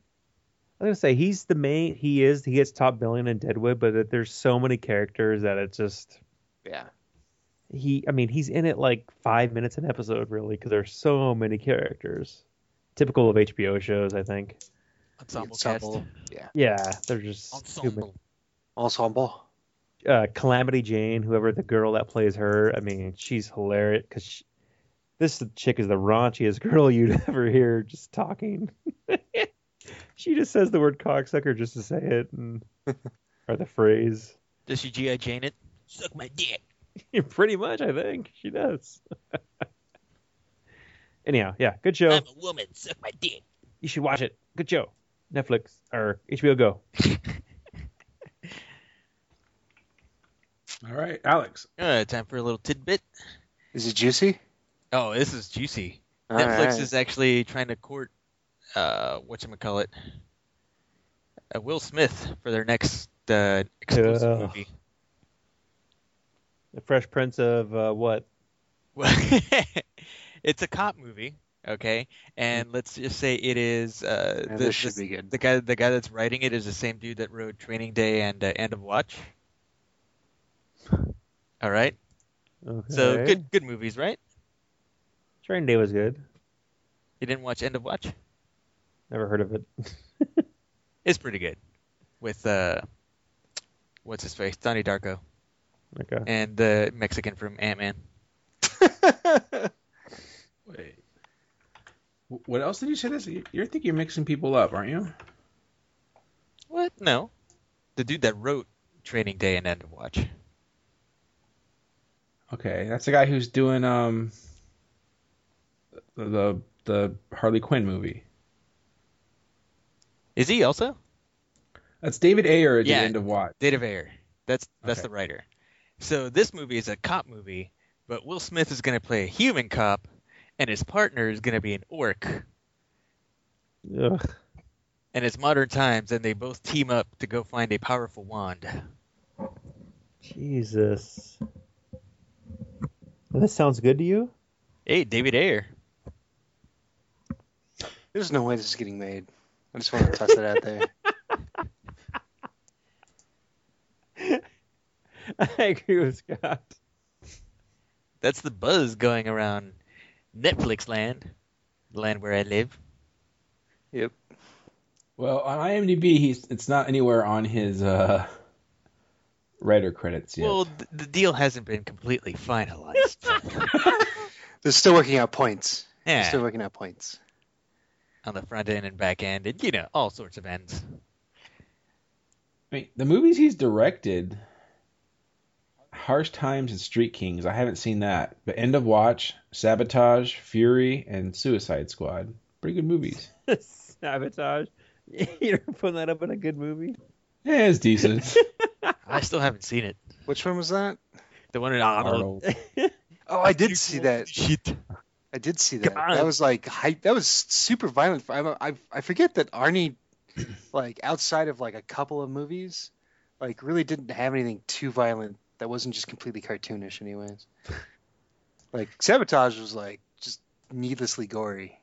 Speaker 5: I'm gonna say he's the main. He is. He gets top billing in Deadwood, but that there's so many characters that it's just
Speaker 3: Yeah.
Speaker 5: he i mean he's in it like five minutes an episode really because there's so many characters typical of hbo shows i think
Speaker 4: Ensemble cast.
Speaker 3: Ensemble. Yeah.
Speaker 5: yeah they're just too many.
Speaker 4: Ensemble.
Speaker 3: Ensemble.
Speaker 5: uh calamity jane whoever the girl that plays her i mean she's hilarious because she, this chick is the raunchiest girl you'd ever hear just talking she just says the word cocksucker just to say it and or the phrase
Speaker 4: Does she G.I. Jane it? Suck my dick.
Speaker 5: pretty much i think she does anyhow yeah good show
Speaker 4: I'm a woman. Suck my dick.
Speaker 5: You should watch it. Good show. Netflix or HBO Go.
Speaker 1: All right, Alex.
Speaker 4: Uh, time for a little tidbit.
Speaker 3: Is it juicy?
Speaker 4: Oh, this is juicy.
Speaker 3: All
Speaker 4: Netflix
Speaker 3: right.
Speaker 4: is actually trying to court, uh, whatchamacallit, uh, Will Smith for their next uh, explosive
Speaker 5: Ugh.
Speaker 4: movie.
Speaker 5: The Fresh Prince of uh, what?
Speaker 4: Well, it's a cop movie, okay? And let's just say it is. Uh,
Speaker 3: Mm. Yeah,
Speaker 4: the,
Speaker 3: this should
Speaker 4: this-
Speaker 3: be good.
Speaker 4: The guy, the guy that's writing it is the same dude that wrote Training Day and uh, End of Watch. All right, so
Speaker 5: Okay.
Speaker 4: good, good movies, right?
Speaker 5: Train Day was good.
Speaker 4: You didn't watch End of Watch?
Speaker 5: Never heard of it.
Speaker 4: It's pretty good. With uh, what's his face, Donnie Darko,
Speaker 5: Okay.
Speaker 4: and the Mexican from Ant Man.
Speaker 1: Wait. Wh- What else did you say? This you you think you're mixing people up, aren't you?
Speaker 4: What? No, the dude that wrote Training Day and End of Watch.
Speaker 1: Okay, that's the guy who's doing um the the, the Harley Quinn movie.
Speaker 4: Is he also?
Speaker 1: That's David Ayer at
Speaker 4: Yeah.
Speaker 1: the end of Watch.
Speaker 4: Data Ayer. That's that's
Speaker 1: Okay.
Speaker 4: the writer. So this movie is a cop movie, but Will Smith is going to play a human cop, and his partner is going to be an orc.
Speaker 5: Ugh.
Speaker 4: And it's modern times, and they both team up to go find a powerful wand.
Speaker 5: Jesus. Well, this sounds good to you?
Speaker 4: Hey, David Ayer.
Speaker 3: There's no way this is getting made. I just want to toss that out there.
Speaker 5: I agree with Scott.
Speaker 4: That's the buzz going around Netflix land, the land where I live.
Speaker 3: Yep.
Speaker 1: Well, on IMDb, he's it's not anywhere on his uh writer credits yet.
Speaker 4: Well, th- the deal hasn't been completely finalized.
Speaker 3: They're still working out points. They're
Speaker 4: yeah.
Speaker 3: still working out points.
Speaker 4: on the front end and back end, and you know all sorts of ends.
Speaker 1: I mean, the movies he's directed, Harsh Times and Street Kings. I haven't seen that, but End of Watch, Sabotage, Fury, and Suicide Squad. Pretty good movies.
Speaker 5: Sabotage. You're putting that up in a good movie.
Speaker 1: Yeah, it's decent.
Speaker 4: I still haven't seen it.
Speaker 3: Which one was that?
Speaker 4: The one in
Speaker 1: Arnold.
Speaker 4: Arnold.
Speaker 3: Oh, I did see that.
Speaker 4: Shit.
Speaker 3: I did see that.
Speaker 4: God.
Speaker 3: That was like hype. That was super violent. I, I I forget that Arnie, like outside of like a couple of movies, like really didn't have anything too violent that wasn't just completely cartoonish, anyways. Like sabotage was like just needlessly gory.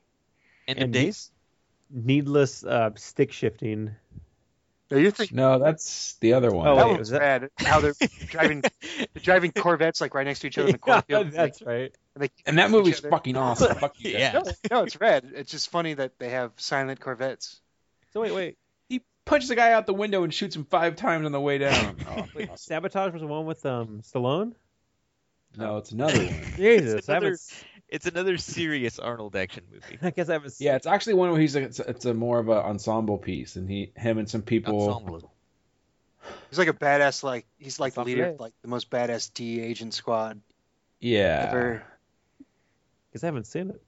Speaker 4: End of
Speaker 5: And you-
Speaker 4: days.
Speaker 5: Needless uh, stick shifting.
Speaker 3: No, you're thinking
Speaker 1: no, that's the other one.
Speaker 5: Oh,
Speaker 3: that
Speaker 5: wait,
Speaker 3: one
Speaker 5: was
Speaker 3: was
Speaker 5: that-
Speaker 3: bad. How they're driving they're driving Corvettes like right next to each other in the cornfield. like,
Speaker 5: that's right.
Speaker 3: and they
Speaker 1: and that
Speaker 3: each
Speaker 1: movie's
Speaker 3: other.
Speaker 1: fucking awesome. Fuck you guys.
Speaker 4: Yeah.
Speaker 3: No, no, it's red. It's just funny that they have silent Corvettes.
Speaker 5: So wait, wait.
Speaker 1: He punches the guy out the window and shoots him five times on the way down. Oh,
Speaker 5: wait Sabotage was the one with um Stallone.
Speaker 1: no, it's another one.
Speaker 5: Jesus, I,
Speaker 4: another-
Speaker 5: haven't,
Speaker 4: It's another serious Arnold action movie.
Speaker 5: I guess I haven't.
Speaker 1: Yeah, it's actually one where he's a, it's, a, it's a more of an ensemble piece, and he, him, and some people.
Speaker 4: Ensemble.
Speaker 3: He's like a badass, like he's like the
Speaker 5: Sounds
Speaker 3: leader,
Speaker 5: great.
Speaker 3: of, like the most badass D agent squad
Speaker 1: Yeah,
Speaker 3: ever.
Speaker 5: because I haven't seen it.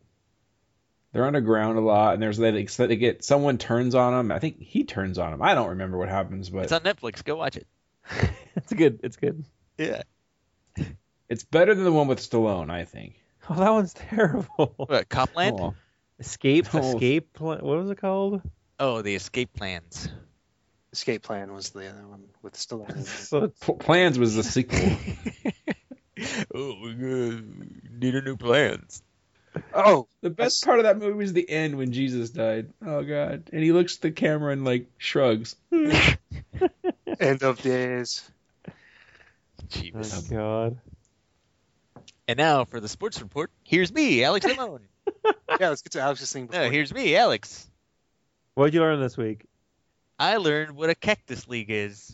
Speaker 1: they're underground a lot, and there's they, like, so they get someone turns on him. I think he turns on him. I don't remember what happens, but
Speaker 4: It's
Speaker 1: it's,
Speaker 4: on Netflix. Go watch it.
Speaker 5: It's good. It's good.
Speaker 4: Yeah.
Speaker 1: better than the one with Stallone, I think.
Speaker 5: Oh, that one's terrible.
Speaker 4: What, Copland?
Speaker 1: Oh,
Speaker 5: Escape,
Speaker 1: No.
Speaker 5: escape. Pla- What was it called?
Speaker 4: Oh, the escape plans.
Speaker 3: Escape Plan was the other one with Stallone.
Speaker 5: So
Speaker 1: P- Plans was the sequel.
Speaker 4: oh, we uh, need a new plans.
Speaker 3: oh,
Speaker 1: the best part of that movie was the end when Jesus died. Oh God! And he looks at the camera and like shrugs.
Speaker 3: End of Days.
Speaker 4: Jeebus.
Speaker 5: Oh God.
Speaker 4: And now for the sports report. Here's me, Alex Lemon.
Speaker 3: Yeah, let's get to Alex's thing. Before.
Speaker 4: no, here's me, Alex.
Speaker 5: What did you learn this week?
Speaker 4: I learned what a cactus league is.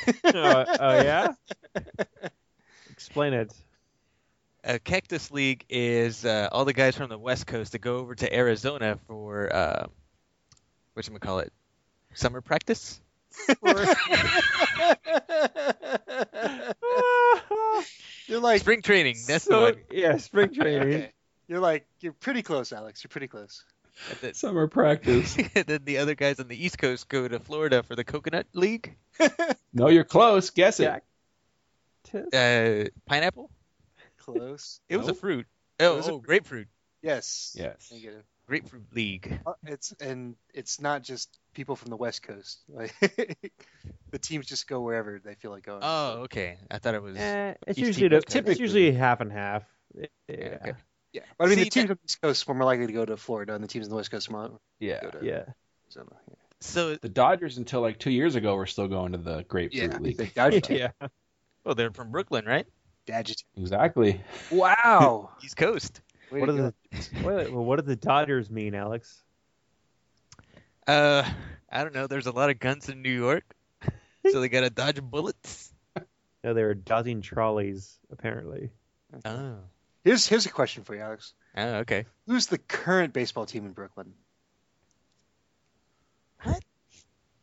Speaker 5: Oh, oh, yeah. Explain it.
Speaker 4: A uh, cactus league is uh, all the guys from the West Coast that go over to Arizona for uh, what you call it, summer practice.
Speaker 3: you're like
Speaker 4: Spring training. That's the
Speaker 5: So-
Speaker 4: one.
Speaker 5: Yeah, spring training.
Speaker 3: okay. You're like you're pretty close, Alex. You're pretty close.
Speaker 4: And then-
Speaker 1: Summer practice.
Speaker 4: and then the other guys on the East Coast go to Florida for the Coconut League.
Speaker 1: No, you're close. Guess it.
Speaker 5: Jack. Tis-
Speaker 4: Uh, pineapple?
Speaker 3: Close.
Speaker 4: It was a
Speaker 1: Nope.
Speaker 4: fruit. Oh,
Speaker 3: It was a-
Speaker 4: oh, grapefruit.
Speaker 3: Yes.
Speaker 1: Yes.
Speaker 3: Negative.
Speaker 4: Grapefruit League.
Speaker 3: Uh, It's and it's not just people from the West Coast. Like the teams just go wherever they feel like going.
Speaker 4: Oh, okay. I thought it was.
Speaker 5: Eh, it's
Speaker 4: East
Speaker 5: usually
Speaker 4: Coast,
Speaker 5: the- it's
Speaker 4: typically.
Speaker 5: usually half and half.
Speaker 4: Yeah,
Speaker 5: Yeah.
Speaker 4: okay.
Speaker 3: Yeah, but I mean,
Speaker 4: See,
Speaker 3: the teams on the East Coast were more likely to go to Florida, and the teams on the West Coast were more likely
Speaker 1: Yeah.
Speaker 3: to go to
Speaker 5: Yeah.
Speaker 3: Arizona. Yeah.
Speaker 4: So,
Speaker 1: The Dodgers until like two years ago were still going to the grapefruit
Speaker 3: Yeah,
Speaker 1: league.
Speaker 3: they Dodger team.
Speaker 5: yeah.
Speaker 4: well, Oh, they're from Brooklyn, right?
Speaker 3: Dodger team.
Speaker 1: Exactly.
Speaker 3: Wow.
Speaker 4: East Coast.
Speaker 3: Way
Speaker 5: What
Speaker 3: to
Speaker 5: are
Speaker 3: go.
Speaker 5: the what, well, what do the Dodgers mean, Alex?
Speaker 4: Uh, I don't know. There's a lot of guns in New York, so they gotta dodge bullets.
Speaker 5: No, they were dodging trolleys, apparently.
Speaker 4: Oh.
Speaker 3: Here's here's a question for you, Alex.
Speaker 4: Oh, okay.
Speaker 3: Who's the current baseball team in Brooklyn?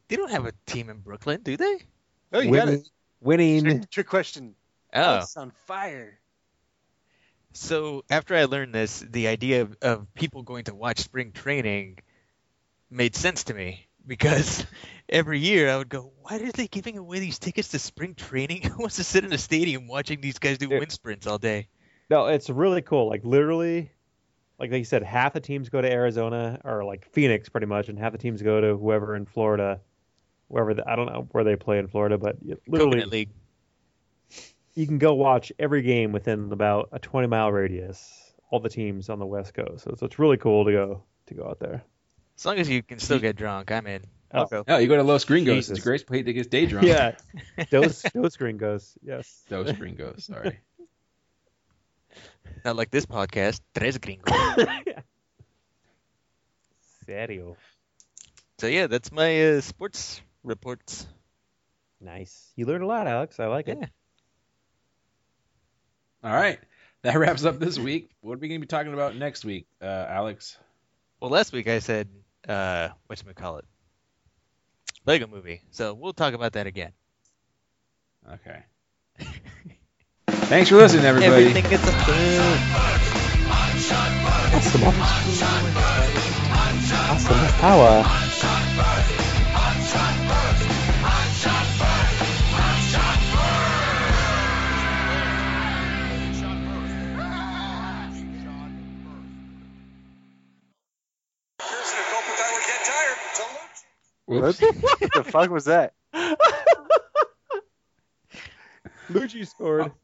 Speaker 4: They don't have a team in Brooklyn, do they?
Speaker 3: Oh, you got
Speaker 5: winning,
Speaker 3: it.
Speaker 5: winning.
Speaker 3: Trick, trick question.
Speaker 4: Oh.
Speaker 3: Alex is on fire.
Speaker 4: So after I learned this, the idea of, of people going to watch spring training made sense to me because every year I would go, why are they giving away these tickets to spring training? Who wants to sit in a stadium watching these guys do
Speaker 5: Dude.
Speaker 4: wind sprints all day?
Speaker 5: No, it's really cool. Like literally, like they said, half the teams go to Arizona or like Phoenix, pretty much, and half the teams go to whoever in Florida, wherever the, I don't know where they play in Florida, but you- literally
Speaker 4: Coconut League.
Speaker 5: you can go watch every game within about a 20 mile radius. All the teams on the West Coast, so, so it's really cool to go to go out there.
Speaker 4: As long as you can still get drunk, I'm in. I'll
Speaker 5: Oh.
Speaker 4: go.
Speaker 1: No, you go to Los Gringos.
Speaker 5: Jesus.
Speaker 1: It's a great place to get day drunk.
Speaker 5: Yeah, those those gringos. Yes.
Speaker 1: Those Gringos. Sorry.
Speaker 4: Not like this podcast, Tres Gringos.
Speaker 5: Serio.
Speaker 4: so yeah, that's my uh, sports reports.
Speaker 5: Nice. You learned a lot, Alex. I like it.
Speaker 4: Yeah.
Speaker 1: All right. That wraps up this week. What are we going to be talking about next week, uh, Alex?
Speaker 4: Well, last week I said uh, whatchamacallit, Lego movie. So we'll talk about that again.
Speaker 1: Okay. Thanks for listening, everybody.
Speaker 4: Everything gets a boo.
Speaker 5: Awesome. Awesome power.
Speaker 1: Whoops.
Speaker 3: the fuck was that?
Speaker 5: Lucci scored.